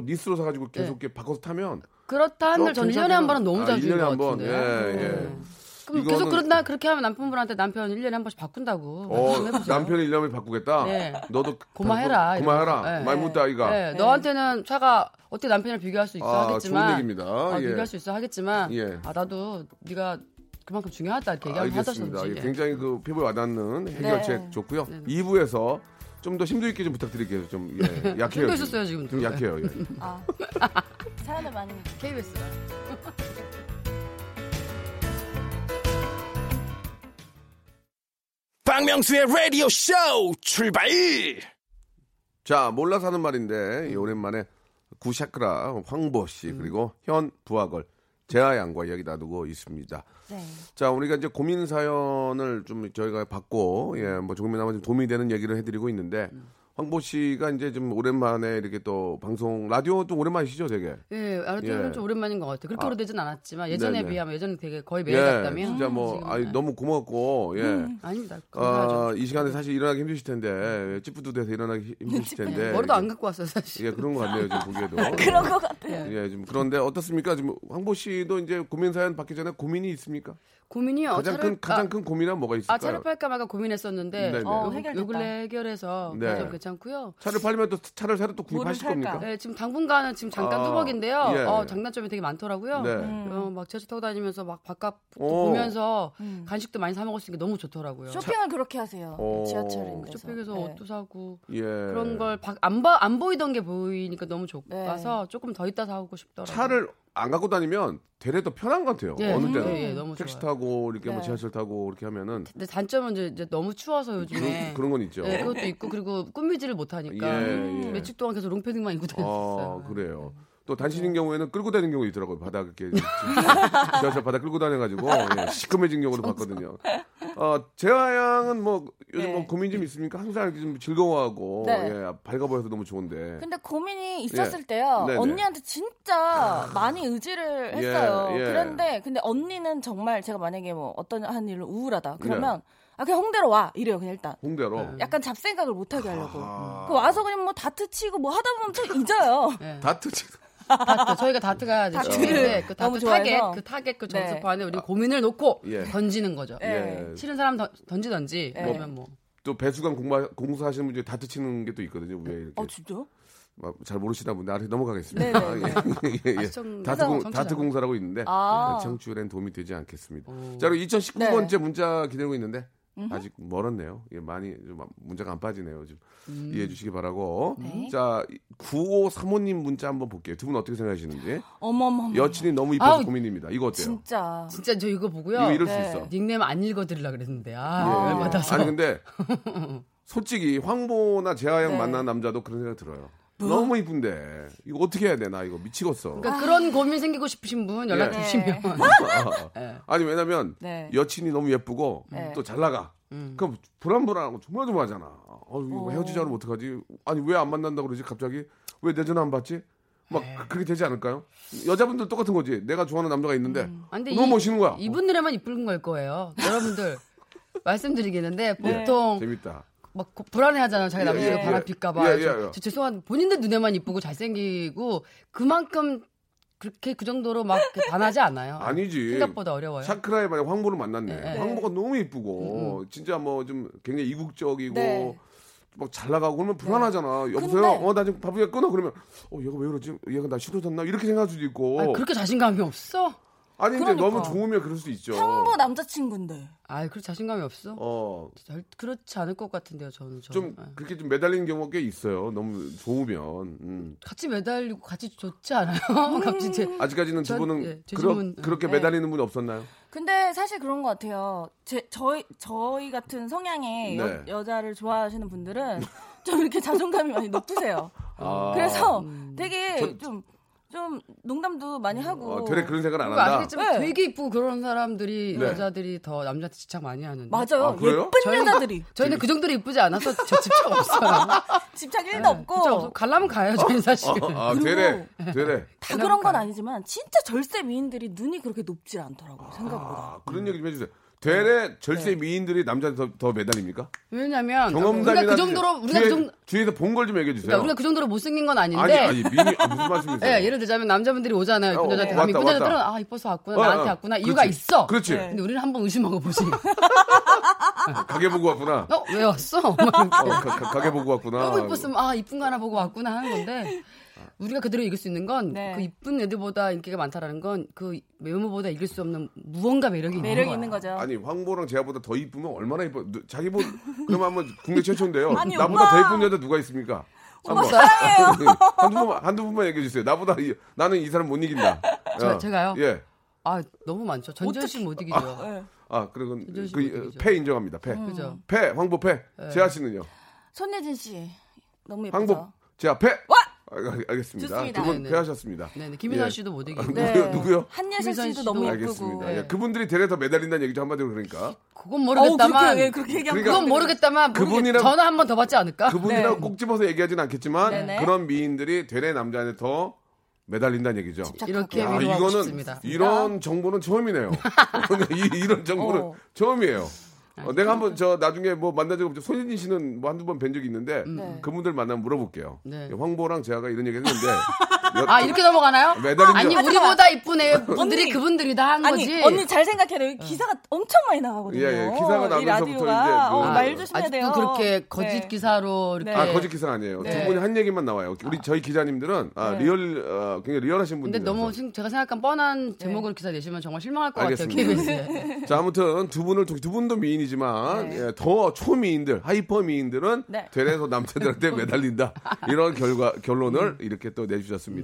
니스로 사가지고 계속
네.
이렇게 바꿔서 타면
그렇다 한들 저는 1년에 한
괜찮아요.
번은 너무
아,
자주인
1년에
것
한 번.
같은데
예, 예.
네. 그럼
이거는-
계속 그런다 그렇게 하면 남편분한테 남편 1년에 한 번씩 바꾼다고
어,
말씀 좀 해보세요.
남편이 일념을 바꾸겠다.
네.
너도
고마해라,
바꾸- 고마해라.
이러면서. 네.
많이 묻다 아이가.
네, 너한테는 차가 어떻게 남편이랑 비교할 수 있어
아,
하겠지만
좋은 얘기입니다.
아,
예.
비교할 수 있어 하겠지만
예.
아 나도 네가 그만큼 중요하다 네. 이렇게 얘기하면
알겠습니다. 예,
하자셨지
굉장히 그 피부에 와닿는 해결책 좋고요. 2부에서 좀 더 심도 있게 좀 부탁드릴게요. 좀 예,
<laughs>
약해요.
심도 있었어요, 지금도.
좀
네.
약해요. 예.
<laughs>
아. 사연을 많이.
KBS가
박명수의 라디오 쇼 출발
자, 몰라서
음.
하는 말인데 이 오랜만에 구샤크라 황보 씨 그리고 현 부하걸 재하 양과 이야기 나누고 있습니다.
네.
자, 우리가 이제 고민 사연을 좀 저희가 받고, 예, 뭐 조금이나마 좀 도움이 되는 얘기를 해드리고 있는데, 황보 씨가 이제 좀 오랜만에 이렇게 또 방송, 라디오 또 오랜만이시죠, 되게?
예, 아무튼
예.
좀 오랜만인 것 같아요. 그렇게
아.
오래되진 않았지만 예전에
네네.
비하면 예전에 되게 거의 매일
예,
같다면
진짜 뭐,
지금은
아니, 너무 고맙고, 예.
아닙니다.
아,
건강하죠.
이 시간에 사실 일어나기 힘드실 텐데, 예, 찌푸드 돼서 일어나기 힘- 힘드실 텐데.
머리도 안 갖고 왔어요, 사실.
예, 그런 것 같네요, 지금 보기에도.
<laughs>
<laughs>
그런 것 같아요.
예, 지금 그런데 어떻습니까? 지금 황보 씨도 이제 고민 사연 받기 전에 고민이 있습니까?
고민이요.
가장
차를-
큰 가장
아,
큰 고민은 뭐가
아,
있을까요?
차를 팔까 말까 고민했었는데
네네.
어,
요-
해결됐다.
요 근래 해결해서
네.
좀 괜찮고요.
차를 팔면 또 차를 새로 또 구입하실
뭐를
겁니까?
살까?
네, 지금 당분간은 지금 잠깐
아,
뚜벅인데요.
예,
어,
예.
장단점이 되게 많더라고요.
네.
어, 막 지하철 타고 다니면서 막 바깥
오.
보면서 간식도 많이 사 먹을 수 있는 게 너무 좋더라고요.
음. 쇼핑을 네. 그렇게 하세요.
어.
지하철인데.
쇼핑에서 옷도 사고
예.
그런 걸 안 봐 안 보이던 게 보이니까 너무
네.
좋아서 조금 더 있다 사고 싶더라고요.
차를 안 갖고 다니면 되레 더 편한 것 같아요.
예,
어느
음.
때는
예, 예, 너무
택시
좋아요.
타고 이렇게 뭐
네.
지하철 타고 이렇게 하면은
근데 단점은 이제, 이제 너무 추워서 요즘에
그런, 그런 건 있죠.
네, 그것도 있고 그리고 꾸미지를 못하니까 음,
예, 예.
며칠 동안 계속 롱패딩만 입고 다녔어요. 네.
아, 그래요. 또 단신인 경우에는 끌고 다니는 경우 있더라고요. 바닥 이렇게
<laughs>
지하철 바닥 끌고 다녀가지고 예, 시큼해진 경우도 봤거든요. 어, 재하 양은 뭐 요즘
네.
뭐 고민 좀 있습니까? 항상 이렇게 좀 즐거워하고
네.
예, 밝아 보여서 너무 좋은데.
그
근데 고민이 있었을 때요.
네. 예. 네네.
언니한테
<sighs>
진짜 많이 의지를 했어요.
예, 예.
그런데 근데 언니는 정말 제가 만약에 뭐 어떤 한 일로
네.
우울하다. 그러면 아 그냥 홍대로 와 이래요. 그냥 일단
홍대로.
네.
약간 잡생각을 못하게 하려고.
아.
그 와서 그냥 뭐 다트치고 뭐 하다 보면 또 잊어요.
<laughs>
음.
다트 치-
다트 저희가 다트가 이제
다트를
취미인데 그
너무
다트 타겟
좋아해서.
그 타겟 그
네.
점수표 안에 우리 고민을 놓고
아. 예.
던지는 거죠.
예.
예.
치는 사람 던- 던지던지 아니면 뭐
또 배수관 공부 공사하시는 분들이 다트 치는 게 또 있거든요. 왜 이렇게
어 진짜?
막잘 모르시다 분데 아래 넘어가겠습니다.
네, 네,
<laughs> 예, 예, 예.
시청-
다트, 공,
시청-
다트 공사라고 있는데
아.
청취율엔 도움이 되지 않겠습니다. 자, 그럼 2019번째
네.
문자 기다리고 있는데 아직 멀었네요. 예, 많이 좀 문자가 안 빠지네요. 좀 이해해 주시기 바라고.
네.
자, 9535님 문자 한번 볼게요. 두 분 어떻게 생각하시는지.
아. 어머머.
여친이 너무 이뻐서
아우,
고민입니다. 이거 어때요?
진짜.
진짜 저 이거 보고요.
이거 이럴
네.
수 있어.
닉네임 안 읽어드리려 그랬는데
예,
아
예.
열받아서
아니
<laughs>
근데 솔직히 황보나 재하 양
네.
만난 남자도 그런 생각 들어요.
뭐?
너무 이쁜데 이거 어떻게 해야 되나 이거 미치겠어. <laughs>
그러니까 그런 고민 생기고 싶으신 분 연락
예.
주시면 네.
아니 왜냐면
네.
여친이 너무 예쁘고 또 잘 나가.
음.
그럼 불안불안하고 조마조마하잖아. 어, 이거 헤어지자 그러면 어떡하지? 아니 왜 안 만난다 그러지? 갑자기 왜 내 전화 안 받지? 막
네.
그렇게 되지 않을까요? 여자분들 똑같은 거지. 내가 좋아하는 남자가 있는데
아, 근데
너무
이-
멋있는 거야.
이분들에만 이쁜 걸 거예요.
<laughs>
여러분들 말씀드리겠는데
예,
보통
재밌다.
막 고- 불안해하잖아요. 자기
예,
남자가
예, 예.
바람필까봐.
예, 예, 예.
아, 저, 죄송한 본인들 눈에만 이쁘고 잘생기고 그만큼 그렇게 그 정도로 막 이렇게 반하지 않아요.
<laughs> 아니지.
생각보다 어려워요.
샤크라의 만약 황보를 만났네.
네.
황보가 너무 이쁘고 진짜 뭐 좀 굉장히 이국적이고
네.
막 잘 나가고 그러면 불안하잖아. 여보세요.
근데-
어 나 지금 바쁘게 끊어 그러면 어 얘가 왜 그러지? 얘가 나 싫어졌나? 이렇게 생각할 수도 있고.
아니,
아니,
그렇게 자신감이 없어?
근데
그러니까.
너무 좋으면 그럴 수 있죠.
형부 남자친구인데.
아, 그렇게 자신감이 없어?
어.
절- 그렇지 않을 것 같은데요, 저는. 저는.
좀
아.
그렇게 좀 매달리는 경우가 꽤 있어요. 너무 좋으면. 음.
같이 매달리고 같이 좋지 않아요? <laughs> 같이 이제
아직까지는 두
전-
분은
예, 제 질문,
그렇게
예.
매달리는 분이 없었나요?
근데 사실 그런 것 같아요. 제, 저희, 저희 같은 성향의
네.
여, 자를 좋아하시는 분들은 좀 이렇게 자존감이 많이 높으세요.
아.
어, 그래서 되게 좀, 좀 농담도 많이 하고.
어, 되레 그런 생각을 안
그거
한다.
아시겠지만
네.
되게 이쁘고 그런 사람들이
네.
여자들이 더 남자한테 집착 많이 하는데.
맞아요.
아, 그래요?
예쁜 여자들이.
저희는 그 정도로 이쁘지 않아서 저
<laughs>
집착 없어요.
집착
네.
1도
집착 없어.
없고.
갈라면 가요, 저희는 사실.
아, 아, 되레. 되레.
다 그런 건 아니지만 진짜 절세 미인들이 눈이 그렇게 높질 않더라고요. 생각보다.
아, 그런
음.
얘기 좀 해주세요. 되레 절세 미인들이 남자한테 더, 더 매달립니까?
왜냐면
경험담이나
우리가 음. 네. 그 정도로
뒤에,
우리가 그 정도
뒤에서 본 걸 좀 얘기해 주세요.
그러니까 우리가 그 정도로 못생긴 건 아닌데
아니 아니 미니 아, 무슨 말씀이세요?
<laughs> 예, 예를 들자면 남자분들이 오잖아요.
어,
이쁜 여자한테.
어,
그럼
왔다,
이쁜
왔다.
여자들은 아, 이뻐서 왔구나.
어,
나한테
어.
왔구나. 이유가
그렇지.
있어. 네.
그렇지.
근데 우리는 한번
<laughs>
의심하고 보지.
가게 보고
<laughs>
왔구나.
어, 왜 왔어? 막
어, 가, 가, 게 보고 왔구나.
너무 이뻤으면 아 이쁜 거 하나 보고 왔구나 하는 건데 우리가 그대로 이길 수 있는 건 그
네.
이쁜 애들보다 인기가 많다라는 건 그 외모보다 이길 수 없는 무언가 매력이 있는
매력이
거야.
있는 거죠.
아니 황보랑 제아보다 더 이쁘면 얼마나 이뻐? 누- 자기 보 그럼 한번 국내 최초인데요.
아니,
나보다
오빠.
더 이쁜 여자 누가 있습니까? 한번. <laughs> 네. 한두 분만 한두 분만 얘기해 주세요. 나보다 이- 나는 이 사람 못 이긴다.
저-
어.
제가요?
예.
아 너무 많죠. 전지현 씨못 이기죠.
네.
아 그리고 그,
씨
그,
분들이죠.
패 인정합니다. 패.
그죠. 네.
패 황보 패. 제아 씨는요.
손예진 씨. 너무 예쁘죠?
황보 제아 패.
와!
알- 알겠습니다.
좋습니다.
두분
네네.
패하셨습니다.
네네. 김인선
예.
씨도 못 이기고.
네. 누구요? 누구요?
한예슬
김선
씨도
씨도
너무 예쁘고.
알겠습니다. 예, 그분들이 데려다 매달린다는 얘기죠 한마디로 그러니까
그건
어우,
모르겠다만.
그렇게, 예, 그렇게 얘기하면
그러니까-
그건 모르겠다만. 모르겠-
그분이랑-
전화 한 번 더 받지 않을까?
그분이랑
네.
꼭 집어서 얘기하진 않겠지만
네네.
그런 미인들이 되레 남자한테 더 매달린다는 얘기죠.
이렇게
야,
위로하고
아, 이거는
싶습니다.
이런 정보는 처음이네요. <laughs> 이, 이런 정보는
어.
처음이에요. 어, 내가 한번 저 나중에 뭐 만난 적 없죠. 손예진 씨는 뭐 한두 번 뵌 적이 있는데
네.
그분들 만나면 물어볼게요.
네.
황보랑 제가 이런 얘기
<laughs>
했는데 여-
아 이렇게 넘어가나요?
매달린
아니
적-
우리보다 이쁜 애분들이
언니.
그분들이 다 한
아니
거지. 네.
언니 잘 생각해요. 기사가 엄청 많이 나가거든요.
예, 예. 기사가
이
나면서부터
라디오가
이제 그-
어, 말 조심해야 돼요.
아, 아직도 그렇게 거짓
네.
기사로 이렇게.
네.
아 거짓 기사 아니에요.
네.
두 분이 한 얘기만 나와요. 우리 저희 기자님들은 아, 리얼 어, 굉장히 리얼하신
네. 근데
분들.
너무 지금 제가 생각한
네.
뻔한 제목으로 기사 내시면 정말 실망할 것
알겠습니다. 네.
같아요.
<laughs>
KBS에.
자 아무튼 두 분을 두 분도 미인이지만
네.
예, 더 초미인들 하이퍼 미인들은
네.
되레서 남자들한테
<laughs>
매달린다 이런 결과
음.
결론을 이렇게 또 내주셨습니다.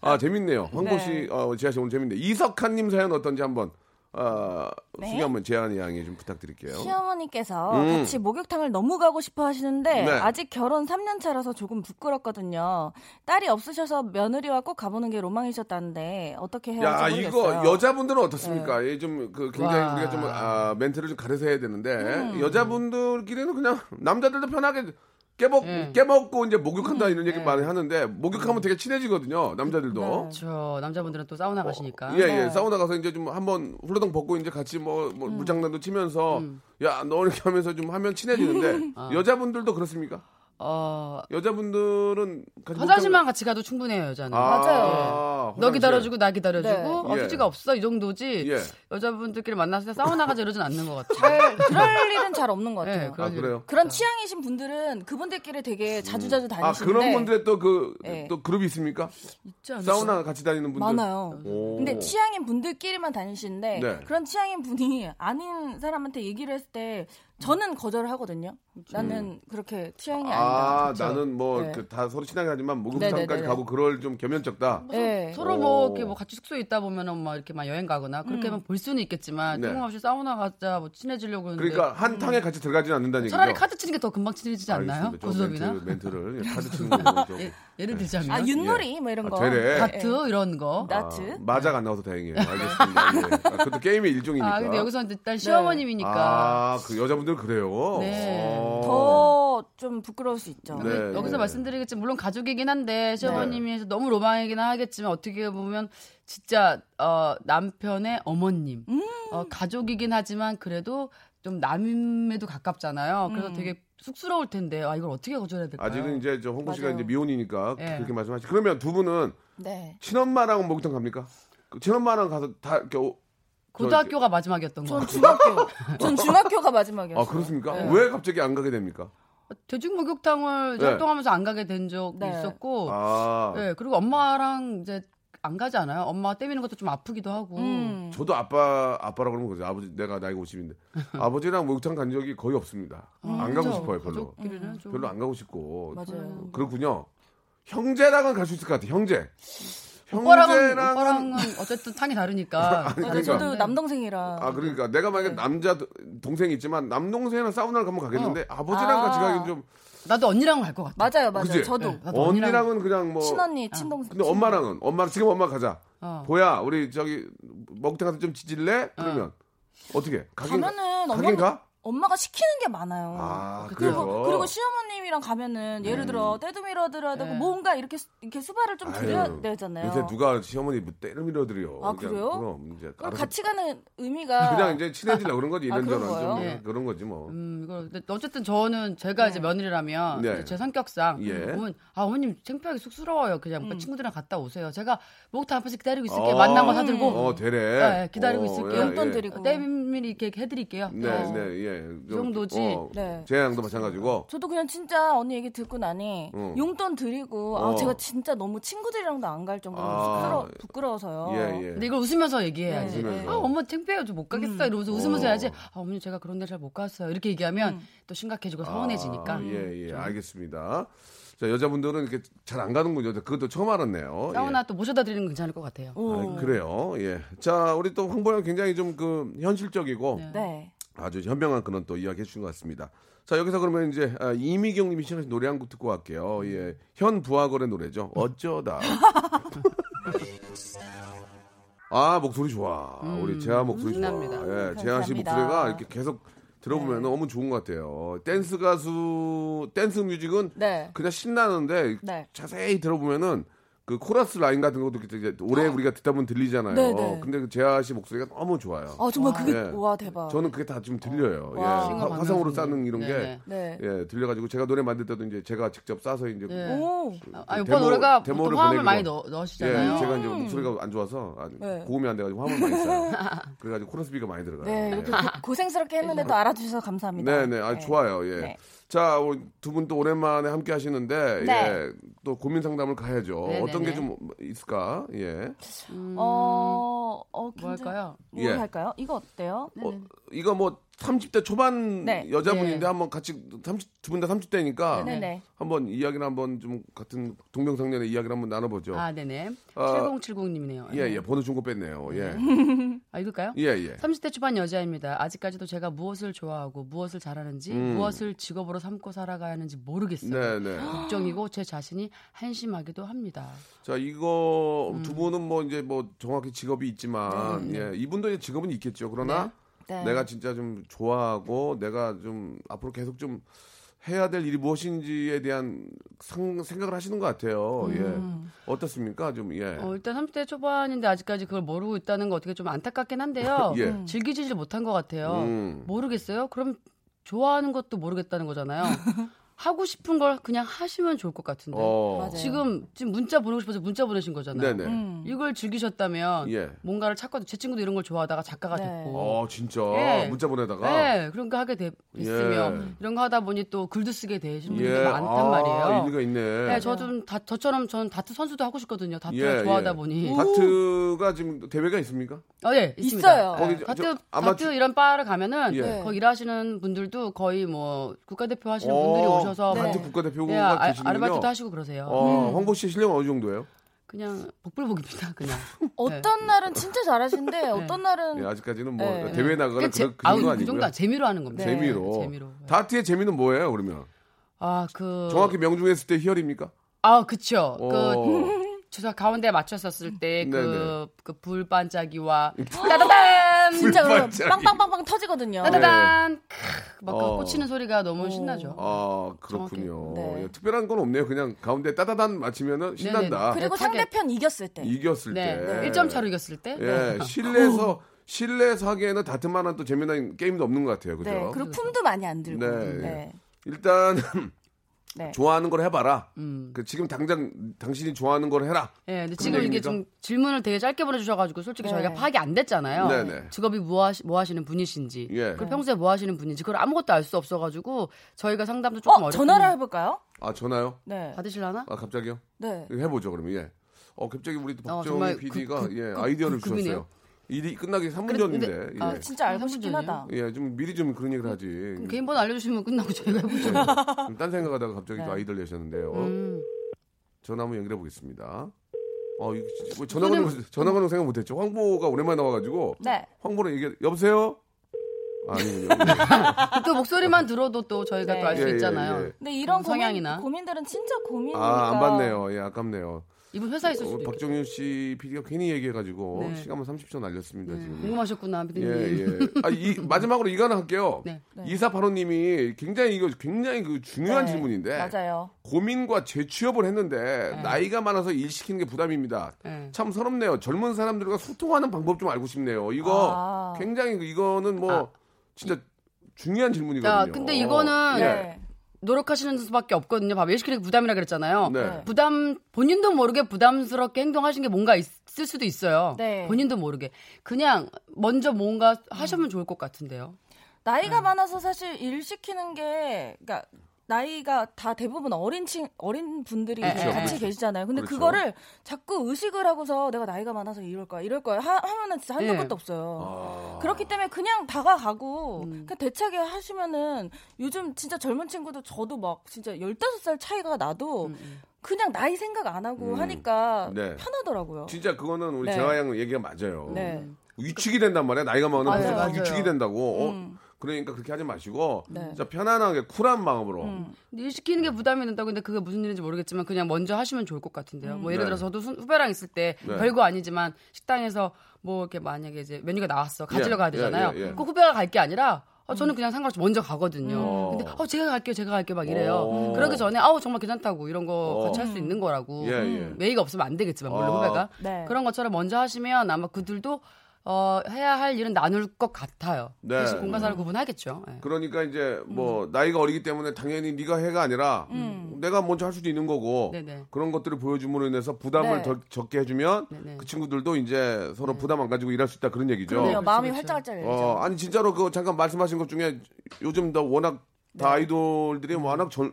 아 재밌네요. 황보 씨, 어, 지아 씨 오늘 재밌네. 이석한님 사연 어떤지 한번 아,
네.
수기 한번 재한이 양이 좀 부탁드릴게요.
시어머니께서
어? 음.
같이 목욕탕을 너무 가고 싶어 하시는데
네.
아직 결혼 3년 차라서 조금 부끄럽거든요. 딸이 없으셔서 며느리와 꼭 가보는 게 로망이셨다는데 어떻게 해야
야
할지 모르겠어요.
이거 여자분들은 어떻습니까? 예, 좀그 굉장히
와.
우리가 좀 아, 멘트를 좀 가려서 해야 되는데 여자분들끼리는 그냥 남자들도 편하게 깨먹 깨먹고 이제 목욕한다 이런 얘기 많이 하는데 목욕하면 되게 친해지거든요 남자들도.
저 그렇죠. 남자분들은 또 사우나 가시니까.
어, 예예 사우나 가서 이제 좀 한번 훌러덩 벗고 이제 같이 뭐, 뭐 물장난도 치면서 야 너 이렇게 하면서 좀 하면 친해지는데 여자분들도 그렇습니까?
어,
여자분들은 같이 아,
화장실만
목욕탕-
같이 가도 충분해요 여자는. 예.
아,
너
화장실.
기다려주고 나 기다려주고
네.
어, 수지가
예.
없어 이 정도지
예.
여자분들끼리 만났을 때 사우나 가자 이러진 않는 것 같아요.
그럴 일은 잘 없는 것 같아요.
네,
아
그런
그래요?
그런 취향이신 분들은 그분들끼리 되게 자주자주
아
다니시는데
그런 분들의 또 그 또
네.
그룹이 있습니까?
있지 않
사우나 같이 다니는 분들
많아요.
오.
근데 취향인 분들끼리만 다니시는데
네.
그런 취향인 분이 아닌 사람한테 얘기를 했을 때 저는 거절을 하거든요. 나는 그렇게 취향이 아니다.
음. 아 나는 뭐
네.
다 서로 친하게 하지만
네, 네,
목욕탕까지
네.
가고 그럴 좀 겸연쩍다.
네.
서로 뭐
오.
이렇게 뭐 같이 숙소에 있다 보면은 막 이렇게 막 여행 가거나 그렇게
음.
하면 볼 수는 있겠지만
네.
뜬금없이 사우나 가자 뭐 친해지려고 하는데
그러니까 한 탕에 같이 들어가진 않는다는 얘기죠.
차라리 카드 치는 게 더 금방 친해지지 않나요?
알겠습니다. 네. 저
고수업이나
멘트, 를 예, 카드 치는 거 좀.
예를 들자면
아 네. 윷놀이 뭐 이런
아,
거.
되래.
다트 이런 거.
아,
나트.
마작 안 나와서 다행이에요. 알겠습니다. 예. 아, 그것도 게임의 일종이니까.
아 근데 여기서
네.
일단 시어머님이니까
아, 그 여자분들 그래요.
네.
어.
더 좀 부끄러울 수 있죠.
네.
여기서 말씀드리겠지만 물론 가족이긴 한데 시어머님이 해서 너무 로망이긴 하겠지만 어떻게 보면 진짜 어, 남편의 어머님
음.
어, 가족이긴 하지만 그래도 좀 남임에도 가깝잖아요. 그래서 되게 쑥스러울 텐데 아 이걸 어떻게 거절해야 될까요?
음. 아직은 이제 저 홍구 씨가
맞아요.
이제 미혼이니까
예.
그렇게 말씀하시. 그러면 두 분은
네.
친엄마랑 목욕탕 갑니까? 그 친엄마랑 가서 다 이렇게 오-
고등학교가 마지막이었던 거
전
같아요.
중학교. 전 중학교가 마지막이었어요.
아 그렇습니까?
네.
왜 갑자기 안 가게 됩니까?
<laughs> 대중 목욕탕을
네.
활동하면서 안 가게 된 적이
네.
있었고
아
네, 그리고 엄마랑 이제 안 가지 않아요? 엄마 때미는 것도 좀 아프기도 하고
음.
저도 아빠 아빠라 그러면 그러죠. 아버지 내가 나이가
<laughs>
50인데 아버지랑 목욕탕 간 적이 거의 없습니다. 안 가고
아, 음. 그죠?
싶어요 별로. 음.
가족끼리는 좀
별로 안 가고 싶고
맞아요.
그렇군요. 형제랑은 갈 수 있을 것 같아. 요 형제.
오빠랑은
형제랑은-
오빠랑은 어쨌든
<laughs>
탕이 다르니까.
맞아요.
그러니까.
저도 남동생이라.
아 그러니까 내가 만약에
네.
남자 도- 동생이 있지만 남동생이랑 사우나를 가면 가겠는데
어.
아버지랑
아.
같이 가긴 좀
나도 언니랑 갈 것 같아.
맞아요, 맞아요.
그치?
저도
네. 나도 언니랑-
언니랑은 그냥 뭐
친언니, 친동생.
근데 엄마랑은 엄마 지금 엄마 가자.
어.
보야 우리 저기 목욕탕 가서 좀 지질래? 그러면 어떻게 가긴
가면은
가긴
엄마
가?
엄마가 시키는 게 많아요.
아 그래서 네.
그리고 그리고 시어머님이랑 가면은 예를 들어 떼도미러 들어야 되고 뭔가 이렇게 수- 이렇게 수발을 좀 드려야
아유,
되잖아요.
요새 누가 시어머니 뭐 때려 밀어드려.
아, 그래요?
그럼 이제
그럼
알아서
같이 가는 의미가
<laughs> 그냥 이제 친해지려고 그런 거지
아,
이런저런
그런
좀
거예요? 예.
그런 거지 뭐.
음, 이거 근데 어쨌든 저는 제가 이제 며느리라면
네.
이제 제 성격상
예.
어머니, 아 어머님 창피하게 쑥스러워요. 그냥 그러니까 친구들이랑 갔다 오세요. 제가 목욕탕 앞에서 기다리고 있을게요.
어.
만난 거 사들고
어 되래.
네, 기다리고
어,
있을게요.
예,
용돈
예.
드리고.
때밀 이렇게 해드릴게요.
네,
어.
네, 예. 좀,
정도지.
네.
재양도 마찬가지고.
저도 그냥 진짜 언니 얘기 듣고 나니
어.
용돈 드리고
어.
아 제가 진짜 너무 친구들이랑도 안 갈 정도로
아.
부끄러, 워서요
예, 예.
근데 이걸 웃으면서 얘기해야지.
네. 웃으면서.
아, 엄마 창피해요. 저 못 가겠어. 이러면서 웃으면서
어.
해야지. 아, 어머니 제가 그런 데 잘 못 갔어요. 이렇게 얘기하면 또 심각해지고 서운해지니까.
아, 예, 예. 알겠습니다. 자, 여자분들은 이렇게 잘 안 가는군요. 그것도 처음 알았네요. 예.
사우나 또 모셔다 드리는 건 괜찮을 것 같아요.
아, 그래요. 예. 자, 우리 또 황보영 굉장히 좀 그 현실적이고
네.
아주 현명한 그런 또 이야기 해주신 것 같습니다. 자, 여기서 그러면 이제 아, 이미경 님이 신청하신 노래 한 곡 듣고 갈게요. 예. 현 부하걸의 노래죠.
<laughs>
어쩌다. 아, 목소리 좋아. 우리 재하 목소리 좋아.
신납니다.
예, 재하 씨
음, 감사합니다. 네.
목소리가 이렇게 계속 들어보면 너무 좋은 것 같아요. 댄스 가수, 댄스 뮤직은
네.
그냥 신나는데
네.
자세히 들어보면은 그 코러스 라인 같은 것도 이제 오래 우리가 듣다 보면 들리잖아요.
아. 네, 네.
근데 그 재하 씨 목소리가 너무 좋아요.
아 정말 그게
예.
와 대박.
저는 그게 다 지금 들려요. 예.
와.
화- 화성으로 싸는 이런
네네.
게
네.
예, 들려가지고 제가 노래 만들 때도 이제 제가 직접 싸서 이제
네.
오.
아, 오빠
그 데모-
노래가
데모를
보통
보내기로.
화음을 많이 넣,
예,
넣으시잖아요.
제가 이제 목소리가 안 좋아서 아,
네.
고음이 안 돼가지고 화음을 많이 써요. 그래가지고 코러스비가 많이 들어가요.
네
예.
이렇게 고- 고생스럽게 했는데도 알아주셔서 감사합니다.
네네, 아, 좋아요. 예.
네.
자, 두 분 또 오랜만에 함께 하시는데
네.
예, 또 고민 상담을 가야죠.
네네네.
어떤 게 좀 있을까? 예.
어, 어
음. 뭐 할까요?
뭐
예.
할까요? 이거 어때요?
어, 이거 뭐 30대 초반
네.
여자분인데
네.
한번 같이 30, 두 분 다 30대니까
네네.
한번 이야기를 한번 좀 같은 동병상련의 이야기를 한번 나눠보죠.
아, 네네.
그 아,
7070님이네요.
예, 예, 번호 중고 뺐네요. 예.
아, 읽을까요?
예,
<laughs>
예.
30대 초반 여자입니다. 아직까지도 제가 무엇을 좋아하고 무엇을 잘하는지 무엇을 직업으로 삼고 살아가야 하는지 모르겠어요.
음. 네, 네.
걱정이고 제 자신이 한심하기도 합니다.
자, 이거 두 분은 뭐 이제 뭐 정확히 직업이 있지만 예, 이분도 이제 직업은 있겠죠. 그러나
네.
내가 진짜 좀 좋아하고 내가 좀 앞으로 계속 좀 해야 될 일이 무엇인지에 대한 상- 생각을 하시는 것 같아요. 예. 어떻습니까? 좀 예.
어, 일단 30대 초반인데 아직까지 그걸 모르고 있다는 거 어떻게 좀 안타깝긴 한데요.
<laughs> 예.
음. 즐기지를 못한 것 같아요.
음.
모르겠어요? 그럼 좋아하는 것도
<laughs>
모르겠다는 거잖아요. 하고 싶은 걸 그냥 하시면 좋을 것 같은데.
어.
맞아요. 음.
지금 지금 문자 보내고 싶어서 문자 보내신 거잖아요.
네, 네.
이걸 즐기셨다면
예.
뭔가를 찾거든. 제 친구도 이런 걸 좋아하다가 작가가
네.
됐고.
어, 진짜
예.
문자 보내다가
네, 그런 거 하게 됐으며
예.
이런 거 하다 보니 또 글도 쓰게 되시는 음, 분들이
예.
많단
아,
말이에요.
일리가 있네.
네, 저좀 저처럼 저는 다트 선수도 하고 싶거든요. 다트
예,
를 좋아하다
예.
보니.
다트가 지금 대회가 있습니까?
어, 예, 있습니다.
있어요.
예,
거기 저-
다트,
저 아마
다트 이런 바를 가면은
예.
거기 일하시는 분들도 거의 뭐 국가대표 하시는
어,
분들이 오셔서
다트
뭐-
국가대표가
예, 아,
계시는군요.
아르바이트도 음. 하시고 그러세요.
어, 황보 씨 실력 어느 정도예요?
그냥 복불복입니다. 그냥.
어떤 날은 진짜 잘하시는데
네.
어떤 날은
예, 아직까지는 뭐
네.
대회 나가거나
제-
그런 그
아우,
정도
음. 그
아니고요.
정도 재미로 하는 겁니다.
네.
재미로.
재미로. 예.
다트의 재미는 뭐예요, 그러면?
아, 그
정확히 명중했을 때 희열입니까?
아, 그쵸. 그 <laughs>
어.
주사 가운데 맞췄었을 때
네네.
그 그 불반짝이와 따다단
진짜 그러면
불발자기.
빵빵빵빵 터지거든요.
네.
따다단 크으, 막그
어.
꽂히는 소리가 너무 신나죠. <laughs>
아, 그렇군요.
정확히, 네.
예, 특별한 건 없네요. 그냥 가운데 따다단 맞히면은 신난다.
그리고
네, 타겟.
상대편 이겼을 때.
이겼을
네.
때.
1점 차로 이겼을 때. 네.
예, 실내에서 실내에서 하기에는 다트만한 또 재미난 게임도 없는 것 같아요. 그죠?
네. 그리고 품도 많이 안 들고.
네.
네.
일단
네.
<laughs> 좋아하는 걸 해봐라. 그 지금 당장 당신이 좋아하는 걸 해라.
예, 근데
그런
지금 이게
얘기입니까?
좀 질문을 되게 짧게 보내주셔가지고 솔직히
네.
저희가 파악이 안 됐잖아요.
네네.
직업이 뭐, 하시, 뭐 하시는 분이신지,
예.
그리고 평소에 뭐 하시는 분인지 그걸 아무것도 알 수 없어가지고 저희가 상담도 조금
어,
어렵고
전화를 해볼까요?
아 전화요?
네.
받으실라나?
아 갑자기요?
네.
이거 해보죠 그러면 예. 어 갑자기 우리 또
어,
박정희
정말
PD가
급, 급,
예
급,
아이디어를
급급이네요.
주셨어요. 일이 끝나기 3분
그래, 근데-
전인데
아,
예.
진짜 알고
한
싶긴
분이에요?
하다.
예, 좀 미리 좀 그런 얘기를 하지. 예.
그럼 개인 번호 알려주시면 끝나고 저희가 해보죠.
좀딴 생각하다가 갑자기 또 아이디어를 내셨는데요.
음.
전화 한번 연결해 보겠습니다. 어, 이거 진짜 뭐 전화 거는 거- 전화 거는 생각 못했죠. 황보가 오랜만에 나와가지고
네.
황보랑 얘기 여보세요. 아니군요.
그 목소리만 들어도 또 저희가
네.
또 <laughs> 알 수
예, 예,
있잖아요.
예.
근데 이런
음, 성향이나.
고민, 들은 진짜 고민이니까.
아 안 봤네요. 예, 아깝네요.
이분 회사에 있을
어,
수도 있고
박정윤 씨 PD가 괜히 얘기해가지고
네.
시간만 뭐 30초 날렸습니다 지금.
음, 궁금하셨구나,
예,
피디님.
예. 아, 이, 마지막으로 이거 하나 할게요.
네.
이사바로님이 굉장히 이거 굉장히 그 중요한
네.
질문인데
맞아요.
고민과 재취업을 했는데 나이가 많아서 일 시키는 게 부담입니다.
네.
참 서럽네요. 젊은 사람들과 소통하는 방법 좀 알고 싶네요. 이거
아.
굉장히 그- 이거는 뭐 진짜 중요한 질문이거든요.
아. 야, 근데 이거는
예.
네.
노력하시는 수밖에 없거든요. 밥일 시키는 게 부담이라 그랬잖아요.
네.
부담 본인도 모르게 부담스럽게 행동하신 게 뭔가 있을 수도 있어요.
네.
본인도 모르게 그냥 먼저 뭔가 하시면 좋을 것 같은데요.
네.
나이가 많아서 사실 일 시키는 게 그러니까 나이가 다 대부분 어린 친 어린 분들이
네,
이제
네,
같이
네.
계시잖아요. 근데
그렇죠.
그거를 자꾸 의식을 하고서 내가 나이가 많아서 이럴 거야, 이럴 거야 하, 하면은 진짜 한도
예.
네.
끝도
아.
없어요. 그렇기 때문에 그냥
음.
다가가고 그냥 대차게 하시면은 요즘 진짜 젊은 친구도 저도 막 진짜 15살 차이가 나도
음,
그냥 나이 생각 안 하고 하니까
음. 네.
편하더라고요.
진짜 그거는 우리
어. 네.
재화 양 얘기가 맞아요.
네.
위축이 된단 말이야. 나이가 많으면
맞아요,
벌써 막
맞아요.
위축이 된다고. 어? 그러니까 그렇게 하지 마시고
네.
진짜 편안하게 쿨한 마음으로
일 시키는 게 부담이 된다고 근데 그게 무슨 일인지 모르겠지만 그냥 먼저 하시면 좋을 것 같은데요. 뭐 예를
네.
들어 저도 순- 후배랑 있을 때
네.
별거 아니지만 식당에서 뭐 이렇게 만약에 이제 메뉴가 나왔어 가지러
예,
가야
예,
되잖아요.
예, 예.
그 후배가 갈 게 아니라 아, 저는 그냥 상관없이 먼저 가거든요.
음.
근데 어 제가 갈게요, 제가 갈게요 막 이래요.
오.
그러기 전에 아우 정말 괜찮다고 이런 거
어.
같이 할 수 있는 거라고 음.
예, 예.
예의가 없으면 안 되겠지만 물론
아.
후배가
네.
그런 것처럼 먼저 하시면 아마 그들도 어, 해야 할 일은 나눌 것 같아요.
네.
대신 공과사를 구분하겠죠. 예.
그러니까 이제 뭐 나이가 어리기 때문에 당연히 네가 해가 아니라 내가 먼저 할 수도 있는 거고
네네.
그런 것들을 보여줌으로 인해서 부담을
네.
덜- 적게 해주면
네네.
그 친구들도 이제 서로 부담 안 가지고 일할 수 있다 그런 얘기죠.
그러네요. 마음이
그렇죠.
활짝활짝 열리죠.
어, 아니 진짜로 그 잠깐 말씀하신 것 중에 요즘 다 워낙 다 아이돌들이 워낙 절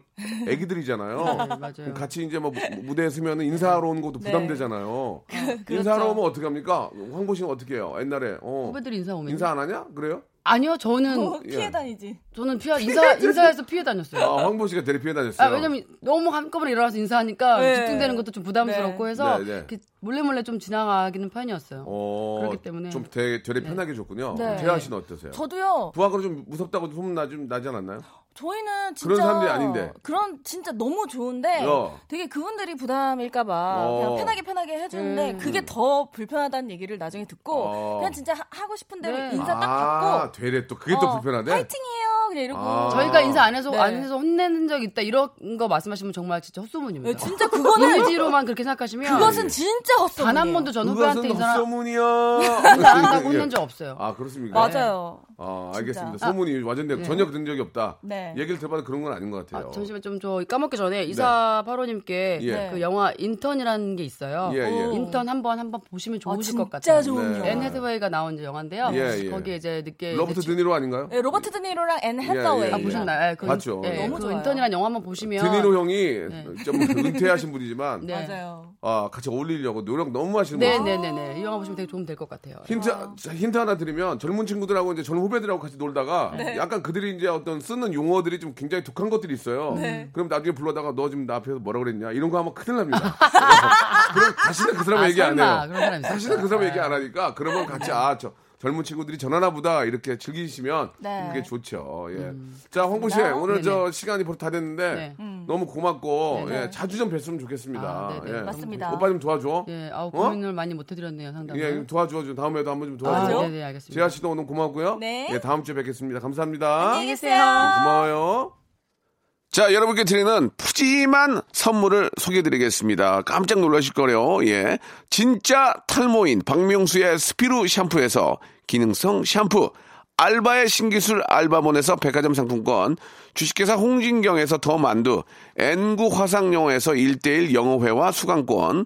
네,
애기들이잖아요.
맞아요.
같이 이제 뭐 무- 무대에 서면 인사하러 오는 것도
네.
어,
부담되잖아요.
그렇죠.
인사하러 오면 어떻게 합니까? 황보 씨는 어떻게 해요? 옛날에 어.
후배들이 인사 오면
인사 안 하냐? 그래요?
아니요, 저는
예.
어, 피해 다니지.
저는 피해 인사 인사해서 피해
아,
<laughs> 다녔어요.
황보 씨가 대리 피해
아,
다녔어요.
왜냐면 너무 한꺼번에 일어나서 인사하니까
네.
집중되는 것도 좀 부담스럽고
네.
해서
네, 네.
이렇게 몰래 몰래 좀 지나가기는 편이었어요.
어,
그렇기 때문에.
좀 되게, 되게 편하게 줬군요.
네.
태아 씨는 어떠세요?
저도요.
부하가 좀 무섭다고 소문 나, 좀 나지 않았나요?
저희는 진짜
그런 사람들이 아닌데.
그런 진짜 너무 좋은데
어.
되게 그분들이 부담일까봐
어.
그냥 편하게 편하게
음.
해주는데 그게 더 불편하다는 얘기를 나중에 듣고
어.
그냥 진짜 하, 하고 싶은 대로
네.
인사 딱 받고
아, 되레 또 그게 또
어,
불편하대.
파이팅이에요 그냥 이러고
아.
저희가 인사 안 해서
네.
안 해서 혼내는 적 있다 이런 거 말씀하시면 정말 진짜
네,
헛소문입니다.
진짜 그거는
이미지로만 그렇게 생각하시면
그것은 진짜 헛소문
단 한 번도 전 후배한테
그것은
인사 <laughs>
헛소문이야.
안 한다고 혼낸 적 없어요.
아 그렇습니까?
맞아요
네.
아,
진짜.
알겠습니다. 소문이 완전히 전혀 그런 적이 없다.
네.
얘기를 들어봐도 그런 건 아닌 것 같아요. 네.
아, 잠시만 좀 저 까먹기 전에 이사 파로님께
네.
예.
그 영화 인턴이라는 게 있어요.
예, 예.
인턴 한번 한번 보시면
아,
좋으실
진짜
것 같아요.
좋은
네.
영화
앤 헤드웨이가 나온 이제 영화인데요.
예, 예.
거기에 이제 늦게
로버트
이제 지-
드니로 아닌가요?
네, 로버트 드니로랑 앤
예,
헤서웨이
예.
아 보셨나요? 예, 그,
봤죠.
예,
너무
그
좋아요.
인턴이라는 영화 한번 보시면
드니로 형이 좀 은퇴하신 분이지만
<laughs> 네.
맞아요
아, 같이 어울리려고 노력 너무 하시는 분.
네네네네 이 영화 보시면 되게 도움 될 것 같아요.
힌트, 자, 힌트 하나 드리면 젊은 친구들하고 이제 젊은 후배들하고 같이 놀다가
네.
약간 그들이 이제 어떤 쓰는 용어들이 좀 굉장히 독한 것들이 있어요.
네.
그럼 나중에 불러다가 너 지금 나 앞에서 뭐라 그랬냐 이런 거 하면 큰일
<laughs>
납니다. 그럼 다시는 그 사람
아,
얘기 안
설마
해요.
그런 사람 있어요?
사실은 그 사람 얘기 안 하니까 그러면
네.
같이 아 저 젊은 친구들이 전화나 보다 이렇게 즐기시면
네.
그게 좋죠. 예. 자 황보 씨 오늘
음. 네네.
저 시간이 벌써 다 됐는데
네.
너무 고맙고 예, 자주 좀 뵀으면 좋겠습니다.
아, 네네.
예.
맞습니다.
오빠 좀 도와줘.
예, 아우
어?
고민을 많이 못 해드렸네요 상담을.
예, 도와줘. 좀 다음에도 한번 좀
아,
도와줘.
네네 알겠습니다.
지아 씨도 오늘 고맙고요.
네.
예, 다음 주에 뵙겠습니다. 감사합니다.
안녕히 계세요
고마워요. 자, 여러분께 드리는 푸짐한 선물을 소개해드리겠습니다. 깜짝 놀라실 거래요. 예. 진짜 탈모인 박명수의 스피루 샴푸에서 기능성 샴푸. 알바의 신기술 알바몬에서 백화점 상품권. 주식회사 홍진경에서 더 만두. N구 화상영어에서 1대1 영어회화 수강권.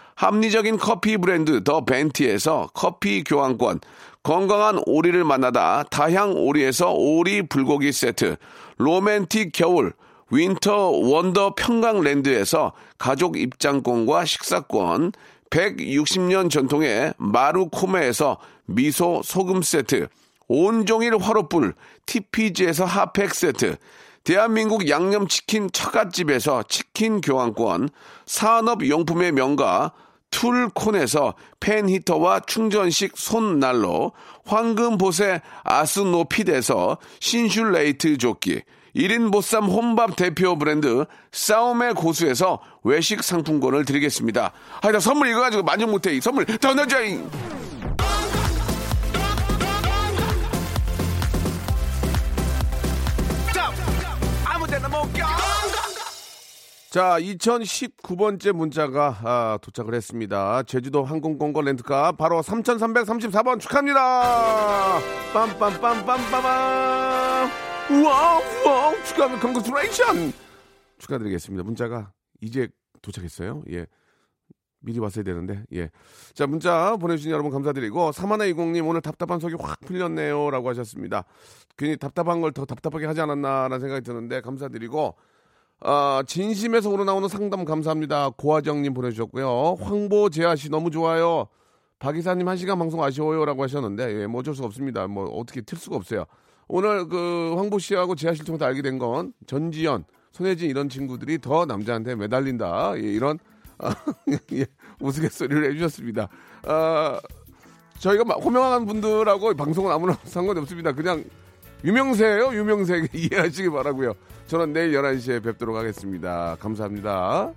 합리적인 커피 브랜드 더 벤티에서 커피 교환권, 건강한 오리를 만나다 다향 오리에서 오리 불고기 세트, 로맨틱 겨울 윈터 원더 평강랜드에서 가족 입장권과 식사권, 160년 전통의 마루코메에서 미소 소금 세트, 온종일 화로불 TPG에서 핫팩 세트, 대한민국 양념치킨 처갓집에서 치킨 교환권, 산업용품의 명가 툴콘에서 팬히터와 충전식 손난로, 황금보세 아스노핏에서 신슐레이트 조끼, 1인 보쌈 혼밥 대표 브랜드 싸움의 고수에서 외식 상품권을 드리겠습니다. 하여튼 선물 이거 가지고 만족 못해. 이 선물 더 넣어줘잉! 자, 2019번째 문자가 아, 도착을 했습니다. 제주도 항공권과 렌트카 바로 3334번 축하합니다. 빰빰빰빰빰빰. 우와, 우와, 축하합니다. 컨그레이션 축하드리겠습니다. 문자가 이제 도착했어요. 예. 미리 왔어야 되는데, 예. 자, 문자 보내주신 여러분 감사드리고, 사마나이공님 오늘 답답한 속이 확 풀렸네요. 라고 하셨습니다. 괜히 답답한 걸 더 답답하게 하지 않았나라는 생각이 드는데, 감사드리고, 아, 진심에서 우러나오는 상담 감사합니다. 고화정님 보내주셨고요. 황보재아 씨 너무 좋아요. 박 이사님 한 시간 방송 아쉬워요라고 하셨는데 예, 뭐 어쩔 수 없습니다. 뭐 어떻게 틀 수가 없어요. 오늘 그 황보 씨하고 재아 씨를 통해서 알게 된 건 전지현, 손혜진 이런 친구들이 더 남자한테 매달린다. 예, 이런 아, <laughs> 예, 우스갯소리를 해주셨습니다. 아, 저희가 막 호명한 분들하고 방송은 아무나 상관이 없습니다. 그냥 유명세예요. <laughs> 유명세 이해하시기 바라고요. 저는 내일 11시에 뵙도록 하겠습니다. 감사합니다.